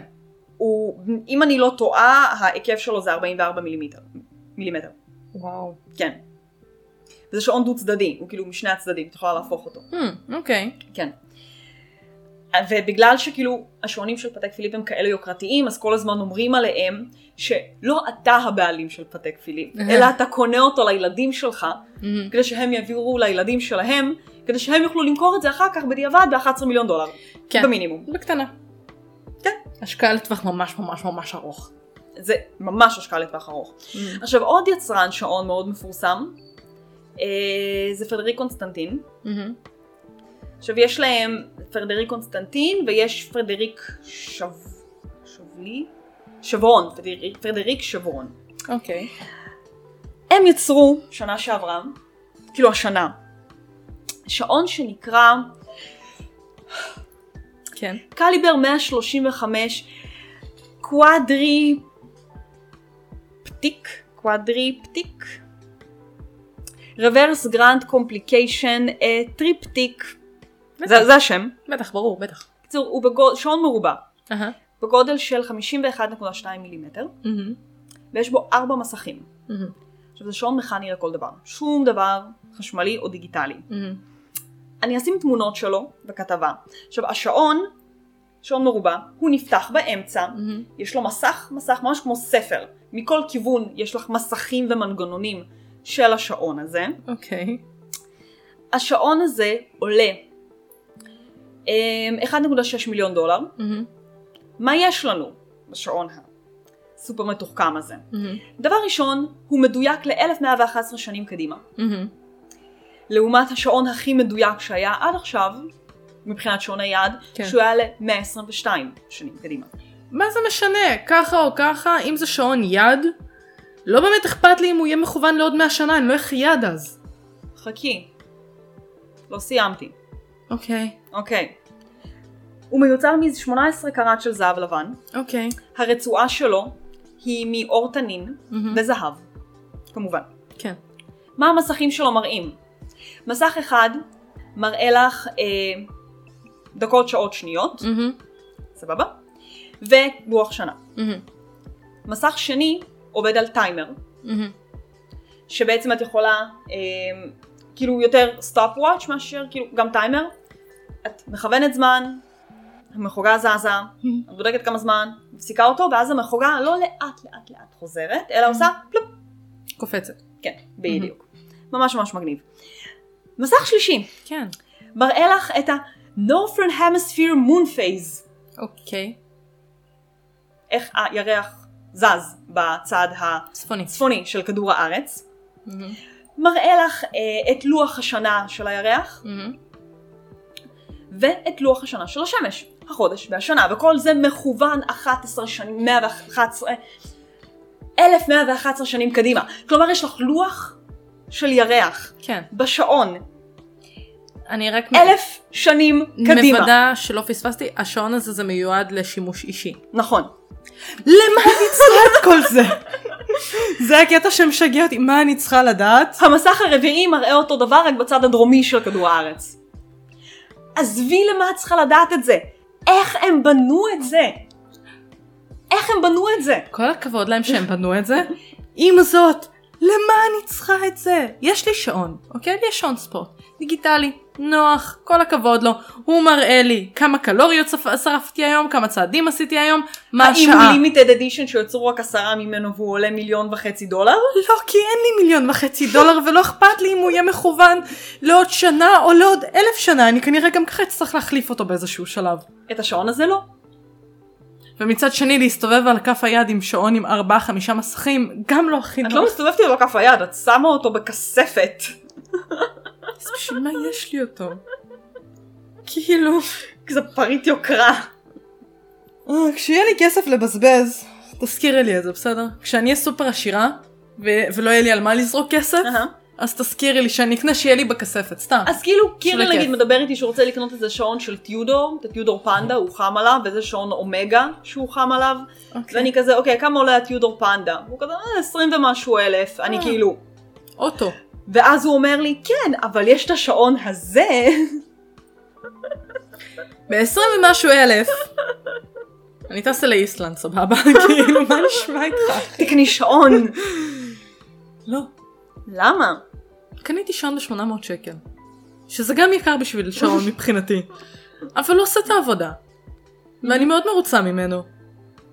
הוא, אם אני לא טועה, ההיקף שלו זה 44 מילימטר. מילימטר. וואו. כן. וזה שעון דו צדדי, הוא כאילו משני הצדדים, את יכולה להפוך אותו. Hmm, אוקיי. כן. ובגלל שכאילו השעונים של פתק פיליפ הם כאלה יוקרתיים, אז כל הזמן אומרים עליהם שלא אתה הבעלים של פתק פיליפ, אלא אתה קונה אותו לילדים שלך, Mhm. כדי שהם יעבירו לילדים שלהם, כדי שהם יוכלו למכור את זה אחר כך בדיעבד ב-11 מיליון דולר, כן. במינימום. בקטנה. כן. השקעה לטווח ממש ממש ממש ארוך. זה ממש השקעה לטווח ארוך. אמ, עכשיו עוד יצרן שעון מאוד מפורסם, אה, זה פדרי קונסטנטין. Mhm. עכשיו יש להם פרדריק קונסטנטין ויש פרדריק שב... שבלי? שברון, פרדריק, פרדריק שברון. אוקיי. הם יצרו שנה שעברה, כאילו השנה, שעון שנקרא כן. קליבר 135 קוואדרי פטיק, קוואדרי פטיק, רוורס גרנד קומפליקיישן אה, טריפטיק, זה זה השם. בטח, ברור, בטח. בקיצור, הוא בגודל, שעון מרובע, אהה. בגודל של 51.2 מילימטר, Mhm. ויש בו ארבע מסכים. Mhm. עכשיו זה שעון מכני לכל דבר, שום דבר חשמלי או דיגיטלי. Mhm. אני אשים תמונות שלו וכתבה. עכשיו השעון שעון מרובע, הוא נפתח באמצע, מהמם. יש לו מסך, מסך ממש כמו ספר. מכל כיוון יש לך מסכים ומנגנונים של השעון הזה. אוקיי. השעון הזה עולה אמ, 1.6 מיליון דולר. מהמם. מה יש לנו בשעון הסופר מתוחכם הזה? מהמם. דבר ראשון, הוא מדויק ל-1111 שנים קדימה. מהמם. לעומת השעון הכי מדויק שהיה עד עכשיו, מבחינת שעון היד, כן. שהוא היה ל-122 שנים קדימה. מה זה משנה? ככה או ככה, אם זה שעון יד, לא באמת אכפת לי אם הוא יהיה מכוון לעוד 100 שנה, אני לא אחיה עד אז. חכי, לא סיימתי. אוקיי. אוקיי. הוא מיוצר מ-18 קראט של זהב לבן. אוקיי. הרצועה שלו היא מאור תנין מהמם. וזהב, כמובן. כן. מה המסכים שלו מראים? מסך אחד מראה לך אה, דקות, שעות, שניות, מהמם. סבבה? ולוח שנה. מהמם. מסך שני עובד על טיימר, מהמם. שבעצם את יכולה, אה, כאילו יותר סטופ וואץ' מאשר, כאילו גם טיימר, את מכוונת זמן, המחוגה זזה, את בודקת כמה זמן, מפסיקה אותו, ואז המחוגה לא לאט לאט לאט חוזרת, אלא עושה פלופ, קופצת. כן, בדיוק. ממש ממש מגניב. מסך שלישי, כן. מראה לך את ה-Northern Hemisphere Moon Phase, אוקיי. איך הירח זז בצד צפוני. הצפוני של כדור הארץ, מהמם. מראה לך אה, את לוח השנה של הירח, מהמם. ואת לוח השנה של השמש, החודש והשנה, וכל זה מכוון 11 שנים, 111, 1111 שנים קדימה. כלומר, יש לך לוח של ירח כן. בשעון, אני רק אלף שנים קדימה. מוודא שלא פספסתי, השעון הזה זה מיועד לשימוש אישי. נכון. למה אני צריכה את כל זה? זה הקטע שמשגע אותי, מה אני צריכה לדעת? המסך הרביעי מראה אותו דבר רק בצד הדרומי של כדור הארץ. עזבי למה את צריכה לדעת את זה. איך הם בנו את זה? איך הם בנו את זה? כל הכבוד להם שהם בנו את זה. עם זאת, למה אני צריכה את זה? יש לי שעון, אוקיי? לי יש שעון ספורט. דיגיטלי, נוח, כל הכבוד לו. הוא מראה לי כמה קלוריות ספ- שרפתי היום, כמה צעדים עשיתי היום, מה האם השעה. לימיטד אדישן שיוצרו רק עשרה ממנו והוא עולה מיליון וחצי דולר? לא, כי אין לי מיליון וחצי דולר ולא אכפת לי אם הוא יהיה מכוון לעוד שנה או לעוד אלף שנה, אני כנראה גם ככה אצטרך להחליף אותו באיזשהו שלב. את השעון הזה לא. ומצד שני להסתובב על כף היד עם שעון עם ארבעה חמישה מסכים, גם לא הכי את לא נוח. מסתובבת לו כף היד, את שמה אותו בכספת. אז בשביל מה יש לי אותו? כאילו... כזה פריט יוקרה. אה, כשיהיה לי כסף לבזבז, תזכירי לי את זה, בסדר? כשאני אהיה סופר עשירה, ו- ולא יהיה לי על מה לזרוק כסף, אהה. אז תזכירי לי שאני אקנה שיהיה לי בכספת, סתם. אז כאילו קירל לכיף. נגיד מדבר איתי שהוא רוצה לקנות איזה שעון של טיודור, את הטיודור פנדה, הוא חם עליו, וזה שעון אומגה שהוא חם עליו, אוקיי. ואני כזה, אוקיי, כמה עולה הטיודור פנדה? הוא כזה, אה, 20 ומשהו אלף, אני אה. כאילו... אוטו. ואז הוא אומר לי, כן, אבל יש את השעון הזה, ב-20 ומשהו אלף. אני טסה לאיסלנד, סבבה? כאילו, מה נשמע איתך? תקני שעון. לא. למה? קניתי שעון ב-800 שקל. שזה גם יקר בשביל שעון מבחינתי. אבל הוא עושה את העבודה. ואני מאוד מרוצה ממנו.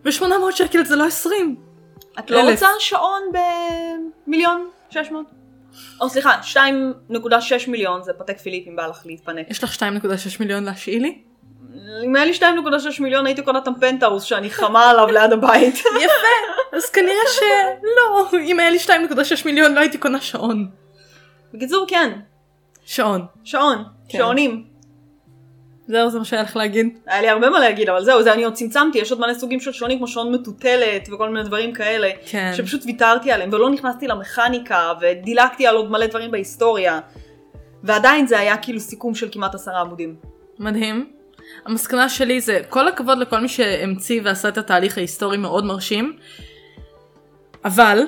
ו-800 שקל זה לא 20. את לא אלף. רוצה שעון במיליון 600? או סליחה, 2.6 מיליון זה פתק פיליפ אם בא לך להתפנק. יש לך 2.6 מיליון להשאיל לי? אם היה לי 2.6 מיליון הייתי קונה את הפנטהאוס שאני חמה עליו ליד הבית. יפה, אז כנראה שלא, אם היה לי 2.6 מיליון לא הייתי קונה שעון. בקיצור, כן, שעון. שעון, כן. שעונים. זהו, זה מה שהיה לך להגיד. היה לי הרבה מה להגיד, אבל זהו, זה אני עוד צמצמתי, יש עוד מלא סוגים של שעונים כמו שעון מטוטלת וכל מיני דברים כאלה. כן. שפשוט ויתרתי עליהם ולא נכנסתי למכניקה ודילגתי על עוד מלא דברים בהיסטוריה. ועדיין זה היה כאילו סיכום של כמעט עשרה עמודים. מדהים. המסקנה שלי זה כל הכבוד לכל מי שהמציא ועשה את התהליך ההיסטורי מאוד מרשים, אבל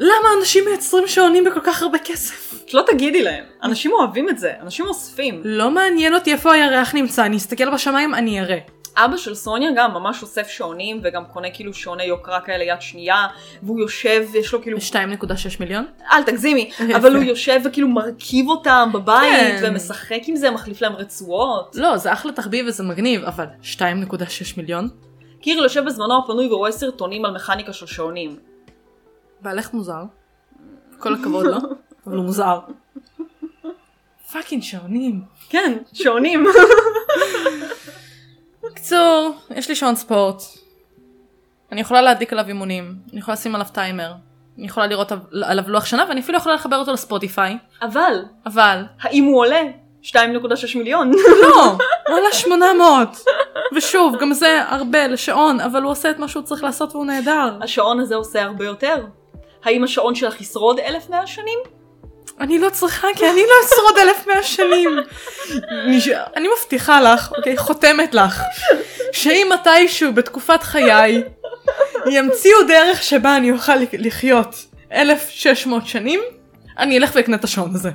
למה אנשים מייצרים שעונים בכל כך הרבה כסף? שלא תגידי להם, אנשים אוהבים את זה, אנשים אוספים. לא מעניין אותי איפה הירח נמצא, אני אסתכל בשמיים, אני אראה. אבא של סוניה גם ממש אוסף שעונים וגם קונה כאילו שעוני יוקרה כאלה יד שנייה והוא יושב יש לו כאילו 2.6 מיליון? אל תגזימי אבל הוא יושב וכאילו מרכיב אותם בבית כן. ומשחק עם זה מחליף להם רצועות. לא, זה אחלה תחביב וזה מגניב, אבל 2.6 מיליון? קיריל יושב בזמנו הפנוי ורואה סרטונים על מכניקה של שעונים. בהלך מוזר. כל הכבוד לו, אבל הוא מוזר. פאקינג שעונים. כן שעונים. בקיצור, יש לי שעון ספורט. אני יכולה להדליק עליו אימונים, אני יכולה לשים עליו טיימר, אני יכולה לראות עליו לוח שנה ואני אפילו יכולה לחבר אותו לספוטיפיי, אבל אבל האם הוא עולה 2.6 מיליון? לא, הוא עלה 800. ושוב, גם זה הרבה לשעון, אבל הוא עושה את מה שהוא צריך לעשות והוא נהדר. השעון הזה עושה הרבה יותר. האם השעון שלך ישרוד 1100 שנים? אני לא צריכה כי אני לא אשרוד אלף מאה שנים. נש... אני מבטיחה לך, אוקיי, חותמת לך, שאם מתישהו בתקופת חיי ימציאו דרך שבה אני אוכל לחיות 1,600 שנים, אני אלך ואקנה את השעון הזה.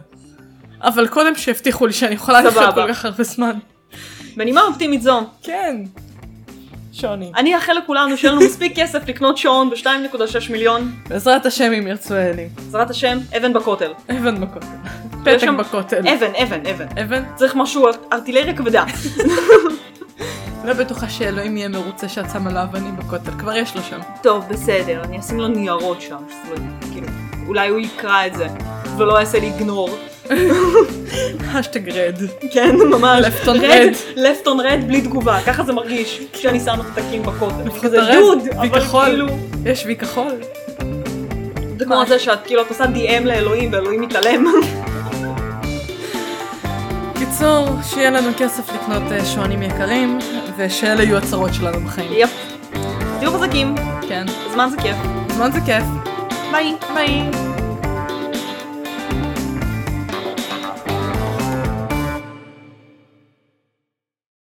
אבל קודם שהבטיחו לי שאני יכולה לחיות סבבה. כל כך הרבה זמן. בנימה אופטימית זו, כן. שעונים. אני אאחל לכולנו שיהיה לנו מספיק כסף לקנות שעון ב-2.6 מיליון. בעזרת השם אם ירצו האלים. בעזרת השם, אבן בכותל. אבן בכותל. יש פתק שם- בכותל. אבן, אבן, אבן. אבן? צריך משהו, ארטילריה כבדה. לא בטוחה שאלוהים יהיה מרוצה שאת שמה לו אבנים בכותל. כבר יש לו שם. טוב, בסדר, אני אשים לו ניירות שם. שלא יהיה- כאילו, אולי הוא יקרא את זה, ולא יעשה לי איגנור. השטג רד. כן, ממש. Left on red. left on red בלי תגובה, ככה זה מרגיש כשאני שמה פתקים בכותל. כזה red, דוד, אבל וכחול. כאילו... יש וי כחול. זה כמו זה שאת כאילו את עושה DM לאלוהים ואלוהים מתעלם. קיצור, שיהיה לנו כסף לקנות אה, שעונים יקרים, ושאלה יהיו הצרות שלנו בחיים. יפ. תהיו חזקים, כן. זמן זה כיף. זמן זה כיף. ביי. ביי.